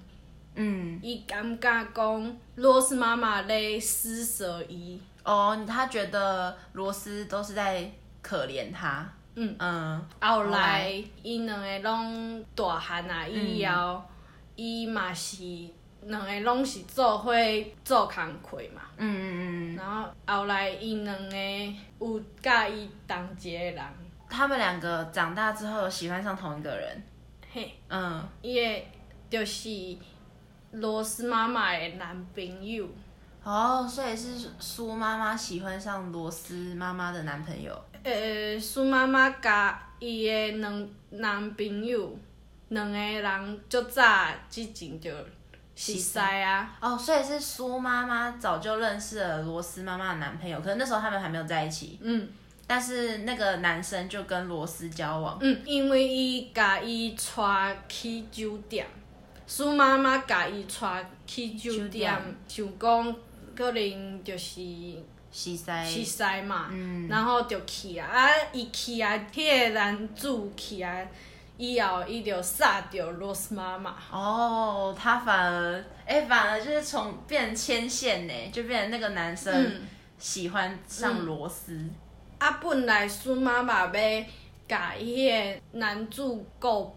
[SPEAKER 2] 嗯，
[SPEAKER 1] 伊感觉讲罗斯妈妈咧施舍伊，
[SPEAKER 2] 哦，他觉得罗斯都是在可怜他，
[SPEAKER 1] 嗯
[SPEAKER 2] 嗯，
[SPEAKER 1] 后
[SPEAKER 2] 后来
[SPEAKER 1] 来因两个拢大汉啊以后，伊嘛是两个拢是做伙做工课嘛，
[SPEAKER 2] 嗯嗯嗯嗯，
[SPEAKER 1] 然后后来因两个有甲伊同一个人，
[SPEAKER 2] 他们两个长大之后有喜欢上同一个人，
[SPEAKER 1] 嘿，
[SPEAKER 2] 嗯。
[SPEAKER 1] 伊个就是罗斯妈妈的男朋友，
[SPEAKER 2] 哦，所以是苏妈妈喜欢上罗斯妈妈的男朋友。
[SPEAKER 1] 呃，苏妈妈甲伊的两男朋友，两个人足早之前就熟识啊，
[SPEAKER 2] 哦，所以是苏妈妈早就认识了罗斯妈妈的男朋友，可能那时候他们还没有在一起，
[SPEAKER 1] 嗯。
[SPEAKER 2] 但是那个男生就跟罗斯交往。
[SPEAKER 1] 嗯，因为伊甲伊带去酒店，苏妈妈甲伊带去酒
[SPEAKER 2] 酒
[SPEAKER 1] 店
[SPEAKER 2] 店，
[SPEAKER 1] 想讲可能就是
[SPEAKER 2] 西塞，
[SPEAKER 1] 去西嘛，
[SPEAKER 2] 嗯
[SPEAKER 1] 然后就去啊，啊，伊去啊，迄、个男主去啊，以后伊就杀掉罗斯妈妈，
[SPEAKER 2] 哦，他反而，哎、反而就是从变牵线呢，就变成那个男生
[SPEAKER 1] 嗯
[SPEAKER 2] 喜欢上罗斯。
[SPEAKER 1] 啊，本来苏妈妈要甲迄个男主告，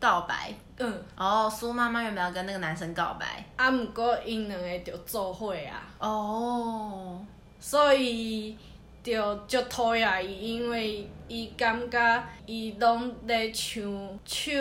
[SPEAKER 2] 告白
[SPEAKER 1] 嗯，
[SPEAKER 2] 哦，苏妈妈原本要跟那个男生告白
[SPEAKER 1] 啊，毋过因两个就做伙啊。
[SPEAKER 2] 哦，
[SPEAKER 1] 所以就足讨厌伊，因为伊感觉伊拢咧抢抢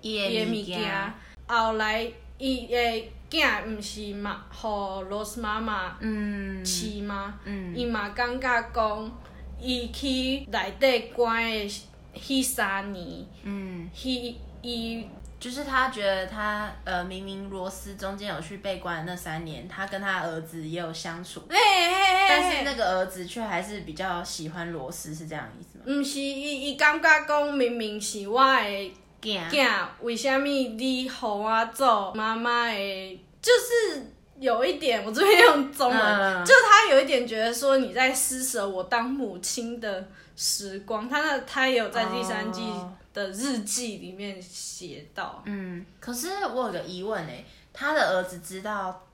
[SPEAKER 2] 伊
[SPEAKER 1] 伊
[SPEAKER 2] 的
[SPEAKER 1] 的
[SPEAKER 2] 物
[SPEAKER 1] 物件。后来伊的囝毋是嘛，互罗斯妈妈
[SPEAKER 2] 嗯
[SPEAKER 1] 饲吗？
[SPEAKER 2] 嗯
[SPEAKER 1] 伊嘛感觉讲，伊去内底关的迄三年，
[SPEAKER 2] 嗯，
[SPEAKER 1] 迄伊
[SPEAKER 2] 就是他觉得他呃，明明罗斯中间有去被关的那三年，他跟他儿子也有相处，
[SPEAKER 1] 嘿嘿嘿，
[SPEAKER 2] 但是那个儿子却还是比较喜欢罗斯，是这样的意思吗？
[SPEAKER 1] 毋是伊，伊感觉讲明明是我的。
[SPEAKER 2] 嗯，
[SPEAKER 1] 囝，为什么你互我做妈妈的？就是有一点，我这边用中文，
[SPEAKER 2] 嗯
[SPEAKER 1] 就他有一点觉得说你在施舍我当母亲的时光。他那他也有在第三季
[SPEAKER 2] 哦
[SPEAKER 1] 的日记里面写到，
[SPEAKER 2] 嗯，可是我有个疑问哎、他的儿子知道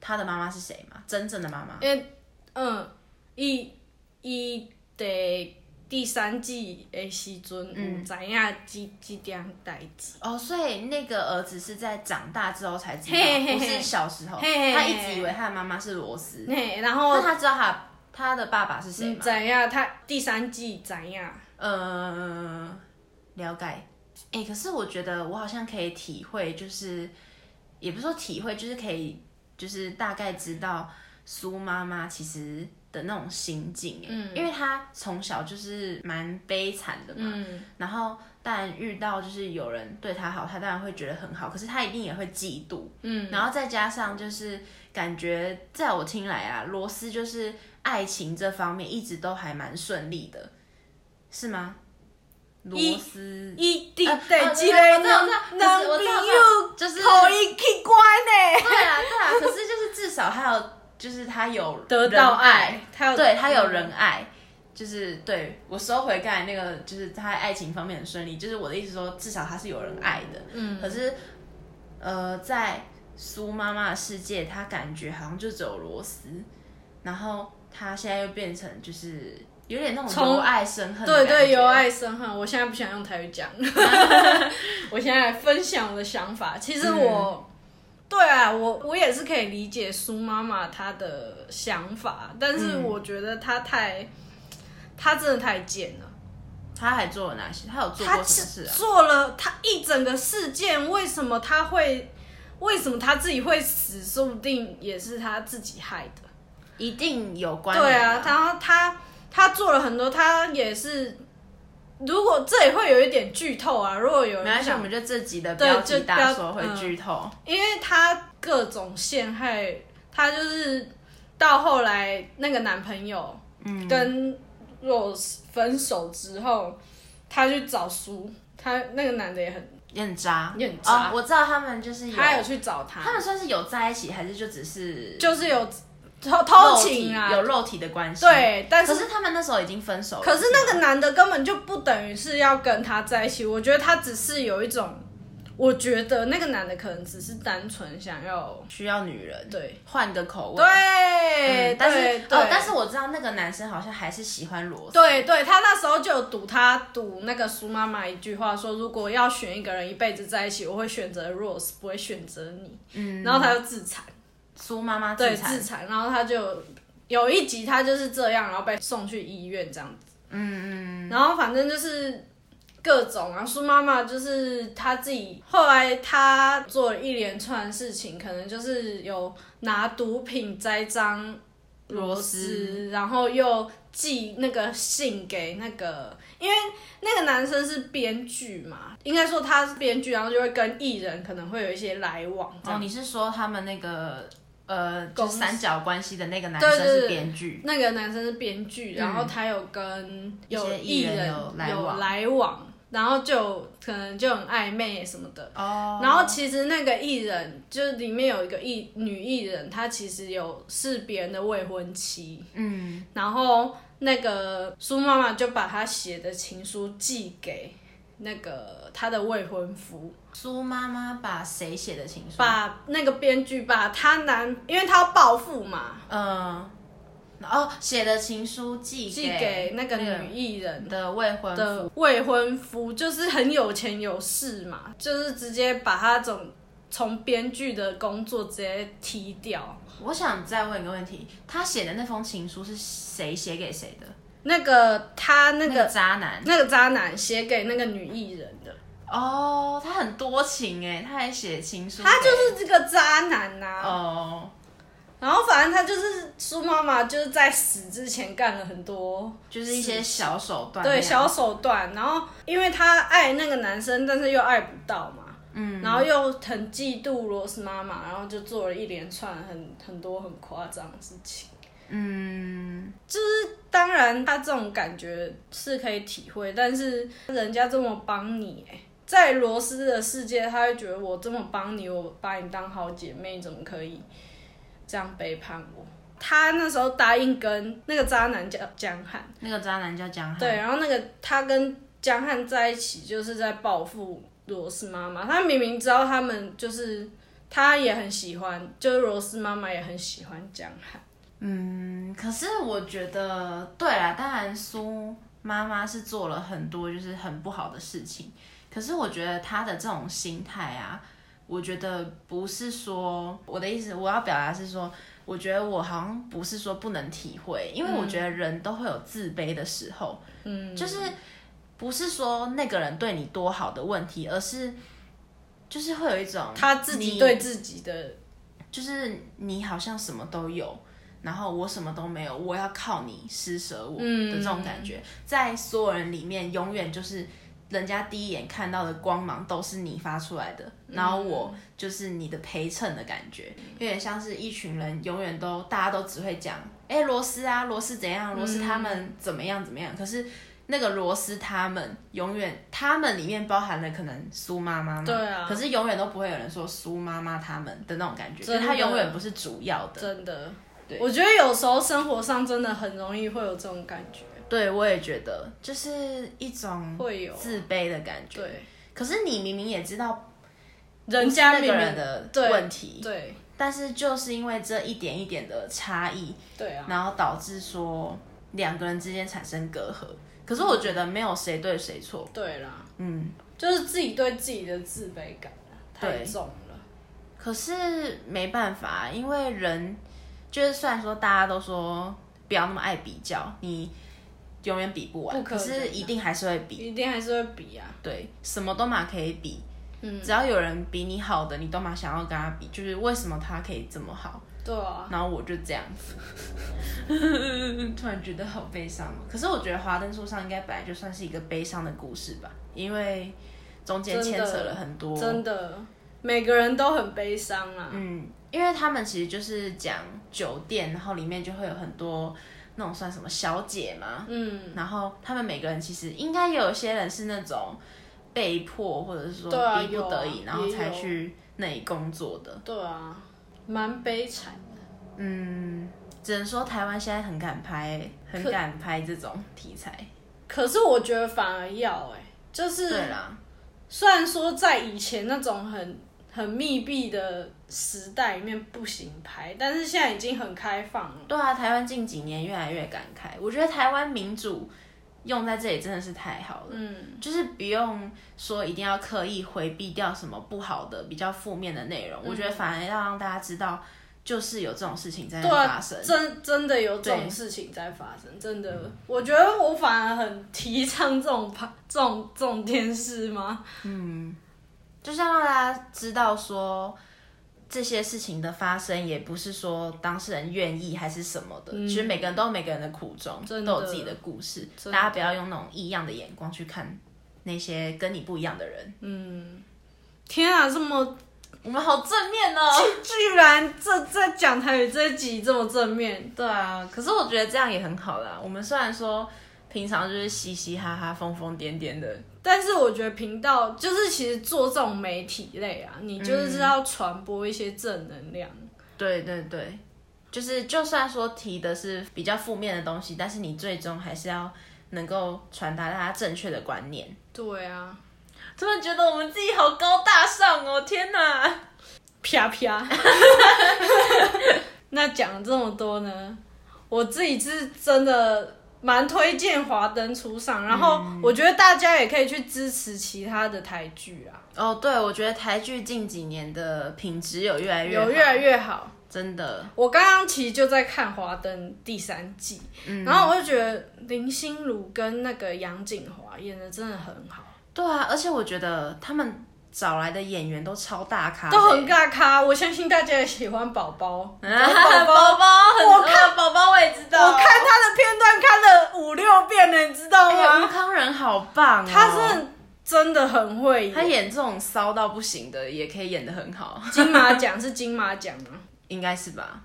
[SPEAKER 2] 他的妈妈是谁吗？真正的妈妈？
[SPEAKER 1] 因为嗯，伊伊第第三季的时阵有
[SPEAKER 2] 嗯
[SPEAKER 1] 知影即即点代志。
[SPEAKER 2] 哦，所以那个儿子是在长大之后才知道，
[SPEAKER 1] 嘿嘿
[SPEAKER 2] 不
[SPEAKER 1] 嘿
[SPEAKER 2] 是小时候。
[SPEAKER 1] 嘿嘿嘿
[SPEAKER 2] 他一直以为他的妈妈是罗斯，
[SPEAKER 1] 嘿，然后
[SPEAKER 2] 那他知道他他的爸爸是谁
[SPEAKER 1] 嗯
[SPEAKER 2] 吗？
[SPEAKER 1] 知影他第三季知影。
[SPEAKER 2] 呃，了解。哎、可是我觉得我好像可以体会，就是也不是说体会，就是可以，就是大概知道苏妈妈其实的那种心境、哎，
[SPEAKER 1] 嗯
[SPEAKER 2] 因为她从小就是蛮悲惨的嘛，
[SPEAKER 1] 嗯。
[SPEAKER 2] 然后当然遇到就是有人对她好，她当然会觉得很好，可是她一定也会嫉妒，
[SPEAKER 1] 嗯
[SPEAKER 2] 然后再加上就是感觉，在我听来啊，罗斯就是爱情这方面一直都还蛮顺利的，是吗？罗
[SPEAKER 1] 一
[SPEAKER 2] 斯。
[SPEAKER 1] 伊伫
[SPEAKER 2] 啊
[SPEAKER 1] 第
[SPEAKER 2] 啊
[SPEAKER 1] 一个
[SPEAKER 2] 我
[SPEAKER 1] 男
[SPEAKER 2] 知道
[SPEAKER 1] 男
[SPEAKER 2] 我知道就是我
[SPEAKER 1] 朋
[SPEAKER 2] 知道
[SPEAKER 1] 友
[SPEAKER 2] 就是
[SPEAKER 1] 互伊去关呢，
[SPEAKER 2] 对啊，对啊，可是就是至少还有，就是他有
[SPEAKER 1] 得
[SPEAKER 2] 人
[SPEAKER 1] 到爱，他有嗯
[SPEAKER 2] 对他有人爱，就是对我收回刚才那个，就是他爱情方面很顺利，就是我的意思说，至少他是有人爱的。
[SPEAKER 1] 嗯
[SPEAKER 2] 可是，呃，在苏妈妈的世界，她感觉好像就只有罗斯，然后她现在又变成就是有点那种
[SPEAKER 1] 从
[SPEAKER 2] 由爱生恨，
[SPEAKER 1] 对对，由。爱生恨。我现在不
[SPEAKER 2] 嗯
[SPEAKER 1] 想用台语讲，我现在来分享我的想法。其实我、对啊，我我也是可以理解苏妈妈她的想法，但是
[SPEAKER 2] 嗯
[SPEAKER 1] 我觉得她太，她真的太贱了。
[SPEAKER 2] 他还做了哪些？他有做
[SPEAKER 1] 她
[SPEAKER 2] 过什么事
[SPEAKER 1] 是
[SPEAKER 2] 啊？
[SPEAKER 1] 做了她一整个事件，为什么她会，为什么她自己会死？说不定也是她自己害的。
[SPEAKER 2] 一定有关
[SPEAKER 1] 对
[SPEAKER 2] 联
[SPEAKER 1] 啊，然后他他做了很多，他也是，如果这也会有一点剧透啊。如果有
[SPEAKER 2] 没
[SPEAKER 1] 人
[SPEAKER 2] 关系，我
[SPEAKER 1] 想，
[SPEAKER 2] 们就这集的
[SPEAKER 1] 对
[SPEAKER 2] 标题
[SPEAKER 1] 就
[SPEAKER 2] 大
[SPEAKER 1] 标
[SPEAKER 2] 说会
[SPEAKER 1] 嗯
[SPEAKER 2] 剧透。
[SPEAKER 1] 因为他各种陷害，他就是到后来那个男朋友
[SPEAKER 2] 嗯，
[SPEAKER 1] 跟 Rose 分手之后，他去找苏，他那个男的也很，
[SPEAKER 2] 验渣，
[SPEAKER 1] 验渣
[SPEAKER 2] 哦，我知道他们就是有，
[SPEAKER 1] 他有去找
[SPEAKER 2] 他
[SPEAKER 1] 他，
[SPEAKER 2] 们算是有在一起，还是就只是
[SPEAKER 1] 就是有偷
[SPEAKER 2] 肉
[SPEAKER 1] 偷
[SPEAKER 2] 体
[SPEAKER 1] 情啊，
[SPEAKER 2] 有肉体的关系？，
[SPEAKER 1] 对，但
[SPEAKER 2] 可
[SPEAKER 1] 是
[SPEAKER 2] 是他们那时候已经分手了。
[SPEAKER 1] 可是那个男的根本就不等于是要跟他在一起，我觉得他只是有一种，我觉得那个男的可能只是单纯想要
[SPEAKER 2] 需要女人，
[SPEAKER 1] 对
[SPEAKER 2] 换个口
[SPEAKER 1] 对，
[SPEAKER 2] 味。嗯但
[SPEAKER 1] 对
[SPEAKER 2] 是
[SPEAKER 1] 对
[SPEAKER 2] 哦，但是我知道那个男生好像还是喜欢罗斯。
[SPEAKER 1] 对对，他那时候就有赌他赌那个苏妈妈一句话说，如果要选一个人一辈子在一起，我会选择 Rose，不会选择你。
[SPEAKER 2] 嗯，
[SPEAKER 1] 然后他就自残，
[SPEAKER 2] 苏妈妈
[SPEAKER 1] 对
[SPEAKER 2] 自残
[SPEAKER 1] 自，残，然后他就有一集他就是这样，然后被送去医院这样子。
[SPEAKER 2] 嗯嗯，
[SPEAKER 1] 然后反正就是各种啊，苏妈妈就是她自己，后来她做了一连串事情，可能就是有拿毒品栽赃
[SPEAKER 2] 罗斯
[SPEAKER 1] 斯，然后又寄那个信给那个，因为那个男生是编剧嘛，应该说他是编剧，然后就会跟艺人可能会有一些来往这
[SPEAKER 2] 哦，
[SPEAKER 1] 样。
[SPEAKER 2] 你是说他们那个呃，就
[SPEAKER 1] 公
[SPEAKER 2] 是
[SPEAKER 1] 司
[SPEAKER 2] 三角关系的那个男
[SPEAKER 1] 对
[SPEAKER 2] 生
[SPEAKER 1] 对
[SPEAKER 2] 是
[SPEAKER 1] 对
[SPEAKER 2] 编剧，
[SPEAKER 1] 那个男生是编剧，然后他有跟有艺
[SPEAKER 2] 嗯一些艺人
[SPEAKER 1] 人
[SPEAKER 2] 有来往
[SPEAKER 1] 有来往，然后就可能就很暧昧什么的。
[SPEAKER 2] 哦，
[SPEAKER 1] 然后其实那个艺人，就是里面有一个艺女艺人，她其实有是别人的未婚妻，
[SPEAKER 2] 嗯，
[SPEAKER 1] 然后那个苏妈妈就把她写的情书寄给那个她的未婚夫，
[SPEAKER 2] 苏妈妈把谁写的情书？
[SPEAKER 1] 把那个编剧把她男，因为她要报复嘛，
[SPEAKER 2] 嗯，哦，写的情书寄
[SPEAKER 1] 寄给那个
[SPEAKER 2] 那
[SPEAKER 1] 女艺人。
[SPEAKER 2] 的未婚夫，
[SPEAKER 1] 的呃未婚夫就是很有钱有势嘛，就是直接把他总从编剧的工作直接踢掉。
[SPEAKER 2] 我想再问一个问题，他写的那封情书是谁写给谁的？
[SPEAKER 1] 那个他那
[SPEAKER 2] 那
[SPEAKER 1] 个
[SPEAKER 2] 渣男
[SPEAKER 1] 那个渣男写给那个女艺人的，
[SPEAKER 2] 哦，他很多情哎，他还写情书给，
[SPEAKER 1] 他就是这个渣男呐、
[SPEAKER 2] 哦，
[SPEAKER 1] 然后反正他就是苏妈妈，就是在死之前干了很多
[SPEAKER 2] 就是一些小手段那样，
[SPEAKER 1] 对小手段。然后因为她爱那个男生，但是又爱不到嘛，
[SPEAKER 2] 嗯，
[SPEAKER 1] 然后又很嫉妒罗斯妈妈，然后就做了一连串很很多很夸张的事情。
[SPEAKER 2] 嗯，
[SPEAKER 1] 当然，他这种感觉是可以体会，但是人家这么帮你、欸，在罗斯的世界，他会觉得我这么帮你，我把你当好姐妹，你怎么可以这样背叛我？他那时候答应跟那个渣男叫江汉，
[SPEAKER 2] 那个渣男叫江汉，
[SPEAKER 1] 对，然后那个他跟江汉在一起，就是在报复罗斯妈妈。他明明知道他们就是，他也很喜欢，就是罗斯妈妈也很喜欢江汉。
[SPEAKER 2] 嗯，可是我觉得，对啦，当然苏妈妈是做了很多就是很不好的事情，可是我觉得她的这种心态啊，我觉得不是说我的意思，我要表达是说，我觉得我好像不是说不能体会，因为我觉得人都会有自卑的时候，
[SPEAKER 1] 嗯，
[SPEAKER 2] 就是不是说那个人对你多好的问题，而是就是会有一种
[SPEAKER 1] 他自己
[SPEAKER 2] 你
[SPEAKER 1] 对自己的
[SPEAKER 2] 就是你好像什么都有，然后我什么都没有，我要靠你施舍我
[SPEAKER 1] 嗯
[SPEAKER 2] 的这种感觉，在所有人里面，永远就是人家第一眼看到的光芒都是你发出来的，然后我就是你的陪衬的感觉，有点像是一群人永远都大家都只会讲，哎、罗斯啊，罗斯怎样，罗斯他们怎么样怎么样，可是。那个罗斯他们永远，他们里面包含了可能苏妈妈嘛，
[SPEAKER 1] 对啊
[SPEAKER 2] 可是永远都不会有人说苏妈妈他们的那种感觉，就
[SPEAKER 1] 真的
[SPEAKER 2] 是他永远不是主要的。
[SPEAKER 1] 真的，
[SPEAKER 2] 对
[SPEAKER 1] 我觉得有时候生活上真的很容易会有这种感觉，
[SPEAKER 2] 对，我也觉得就是一种
[SPEAKER 1] 会有
[SPEAKER 2] 嗯自卑的感觉。
[SPEAKER 1] 对，
[SPEAKER 2] 可是你明明也知道
[SPEAKER 1] 人家
[SPEAKER 2] 不是
[SPEAKER 1] 明
[SPEAKER 2] 那个人
[SPEAKER 1] 明
[SPEAKER 2] 的
[SPEAKER 1] 对
[SPEAKER 2] 问题，
[SPEAKER 1] 对
[SPEAKER 2] 但是就是因为这一点一点的差异，
[SPEAKER 1] 对啊，
[SPEAKER 2] 然后导致说两个人之间产生隔阂。可是我觉得没有谁对谁错，
[SPEAKER 1] 对啦，
[SPEAKER 2] 嗯，
[SPEAKER 1] 就是自己对自己的自卑感啊太
[SPEAKER 2] 对
[SPEAKER 1] 重了。
[SPEAKER 2] 可是没办法，因为人就是虽然说大家都说不要那么爱比较，你永远比不完，
[SPEAKER 1] 不可能啊
[SPEAKER 2] 是一定还是会比。
[SPEAKER 1] 一定还是会比啊。
[SPEAKER 2] 对，什么都嘛可以比，
[SPEAKER 1] 嗯，
[SPEAKER 2] 只要有人比你好的，你都嘛想要跟他比，就是为什么他可以这么好，
[SPEAKER 1] 对啊，
[SPEAKER 2] 然后我就这样子， 突然觉得好悲伤哦。可是我觉得《华灯初上》应该本来就算是一个悲伤的故事吧，因为中间
[SPEAKER 1] 真的
[SPEAKER 2] 牵扯了很多
[SPEAKER 1] 真的，每个人都很悲伤啊。
[SPEAKER 2] 嗯，因为他们其实就是讲酒店，然后里面就会有很多那种算什么小姐嘛，
[SPEAKER 1] 嗯，
[SPEAKER 2] 然后他们每个人其实应该也有些人是那种被迫或者是说
[SPEAKER 1] 对啊
[SPEAKER 2] 逼不得已，
[SPEAKER 1] 有啊
[SPEAKER 2] 然后才
[SPEAKER 1] 也有
[SPEAKER 2] 去那里工作的。
[SPEAKER 1] 对啊，蛮悲惨的。
[SPEAKER 2] 嗯，只能说台湾现在很敢拍、很
[SPEAKER 1] 可
[SPEAKER 2] 敢拍这种题材。
[SPEAKER 1] 可是我觉得反而要哎、就是
[SPEAKER 2] 对啦，
[SPEAKER 1] 虽然说在以前那种很很密闭的时代里面不行拍，但是现在已经很开放了。
[SPEAKER 2] 对啊，台湾近几年越来越敢开，我觉得台湾民主用在这里真的是太好了。
[SPEAKER 1] 嗯，
[SPEAKER 2] 就是不用说一定要刻意回避掉什么不好的、比较负面的内容，我觉
[SPEAKER 1] 嗯
[SPEAKER 2] 得反而要让大家知道，就是有这种事情在
[SPEAKER 1] 对啊
[SPEAKER 2] 发生。，
[SPEAKER 1] 真真的有这种
[SPEAKER 2] 对
[SPEAKER 1] 事情在发生，真的，我觉得我反而很提倡这种拍这种这种电视吗？
[SPEAKER 2] 就是要让大家知道说，这些事情的发生也不是说当事人愿意还是什么的，其实每个人都有每个人的苦衷，都
[SPEAKER 1] 嗯真的
[SPEAKER 2] 有自己的故事，
[SPEAKER 1] 真的
[SPEAKER 2] 大家不要用那种异样的眼光去看那些跟你不一样的人。
[SPEAKER 1] 天啊，这么
[SPEAKER 2] 我们好正面哦！
[SPEAKER 1] 居然这在讲台语这一集这么正面，
[SPEAKER 2] 对啊，可是我觉得这样也很好啦。我们虽然说平常就是嘻嘻哈哈、疯疯癫癫的，
[SPEAKER 1] 但是我觉得频道就是其实做这种媒体类啊，你就是要传播一些正能量。
[SPEAKER 2] 对对对，就是就算说提的是比较负面的东西，但是你最终还是要能够传达大家正确的观念。
[SPEAKER 1] 对啊，
[SPEAKER 2] 突然觉得我们自己好高大上哦！天哪，
[SPEAKER 1] 啪啪。 那讲了这么多呢，我自己是真的蛮推荐《华灯初上》，然后我觉得大家也可以去支持其他的台剧啊，
[SPEAKER 2] 哦，对，我觉得台剧近几年的品质有越来越
[SPEAKER 1] 啊有
[SPEAKER 2] 好
[SPEAKER 1] 越来越好。
[SPEAKER 2] 真的，
[SPEAKER 1] 我刚刚其实就在看《华灯》第三季，
[SPEAKER 2] 嗯
[SPEAKER 1] 然后我就觉得林心如跟那个杨景华演的真的很好。
[SPEAKER 2] 对啊，而且我觉得他们找来的演员都超大咖的欸，
[SPEAKER 1] 都哦很尬咖，我相信大家也喜欢宝宝。
[SPEAKER 2] 啊，
[SPEAKER 1] 宝
[SPEAKER 2] 宝
[SPEAKER 1] 宝，
[SPEAKER 2] 宝，我看宝宝我也知道，
[SPEAKER 1] 我看他的片段看了五六遍了，你知道
[SPEAKER 2] 哎吴
[SPEAKER 1] 吗？
[SPEAKER 2] 康仁好棒、哦，
[SPEAKER 1] 他是真的很会
[SPEAKER 2] 他
[SPEAKER 1] 演，
[SPEAKER 2] 演这种骚到不行的，也可以演得很好，
[SPEAKER 1] 金马奖是金马奖啊，
[SPEAKER 2] 应该是吧？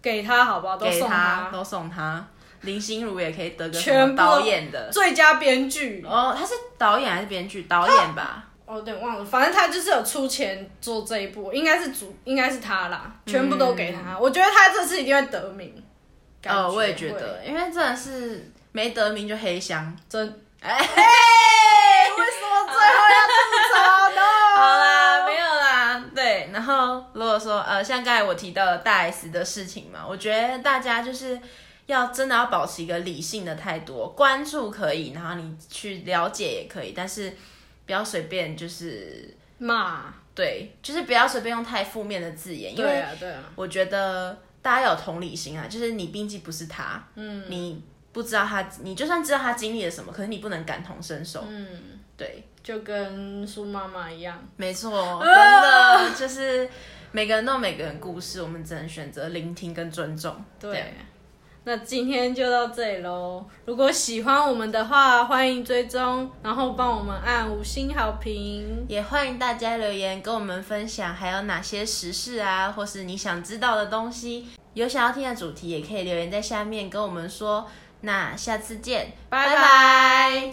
[SPEAKER 1] 给他好不好？都
[SPEAKER 2] 给
[SPEAKER 1] 送
[SPEAKER 2] 他都送他，林心如也可以得个什
[SPEAKER 1] 全
[SPEAKER 2] 么
[SPEAKER 1] 部
[SPEAKER 2] 导演的。
[SPEAKER 1] 最佳编剧。
[SPEAKER 2] 哦，他是导演还是编剧？导演吧。
[SPEAKER 1] 哦，有点忘了，反正他就是有出钱做这一部，应该是主，应该是他啦，全部都给他。我觉得他这次一定会得名。感
[SPEAKER 2] 嗯哦，我也觉
[SPEAKER 1] 会
[SPEAKER 2] 得，因为真的是没得名就黑箱。
[SPEAKER 1] 真。
[SPEAKER 2] 哎，
[SPEAKER 1] 哎为什么最后要吐槽呢？
[SPEAKER 2] 好啦，没有啦，对。然后如果说呃，像刚才我提到的大 S 的事情嘛，我觉得大家就是要真的要保持一个理性的态度哦，关注可以，然后你去了解也可以，但是不要随便就是
[SPEAKER 1] 骂。
[SPEAKER 2] 对，就是不要随便用太负面的字眼，因
[SPEAKER 1] 对
[SPEAKER 2] 为
[SPEAKER 1] 啊，对啊，
[SPEAKER 2] 我觉得大家要有同理心啊，就是你毕竟不是他，嗯，你不知道他，你就算知道他经历了什么，可是你不能感同身受，
[SPEAKER 1] 嗯，
[SPEAKER 2] 对。
[SPEAKER 1] 就跟苏妈妈一样，
[SPEAKER 2] 没错，
[SPEAKER 1] 啊
[SPEAKER 2] 真的就是每个人都有每个人故事，我们只能选择聆听跟尊重。
[SPEAKER 1] 对。
[SPEAKER 2] 这样
[SPEAKER 1] 那今天就到这里喽。如果喜欢我们的话，欢迎追踪，然后帮我们按五星好评。
[SPEAKER 2] 也欢迎大家留言跟我们分享，还有哪些时事啊，或是你想知道的东西，有想要听的主题，也可以留言在下面跟我们说。那下次见，
[SPEAKER 1] 拜
[SPEAKER 2] 拜拜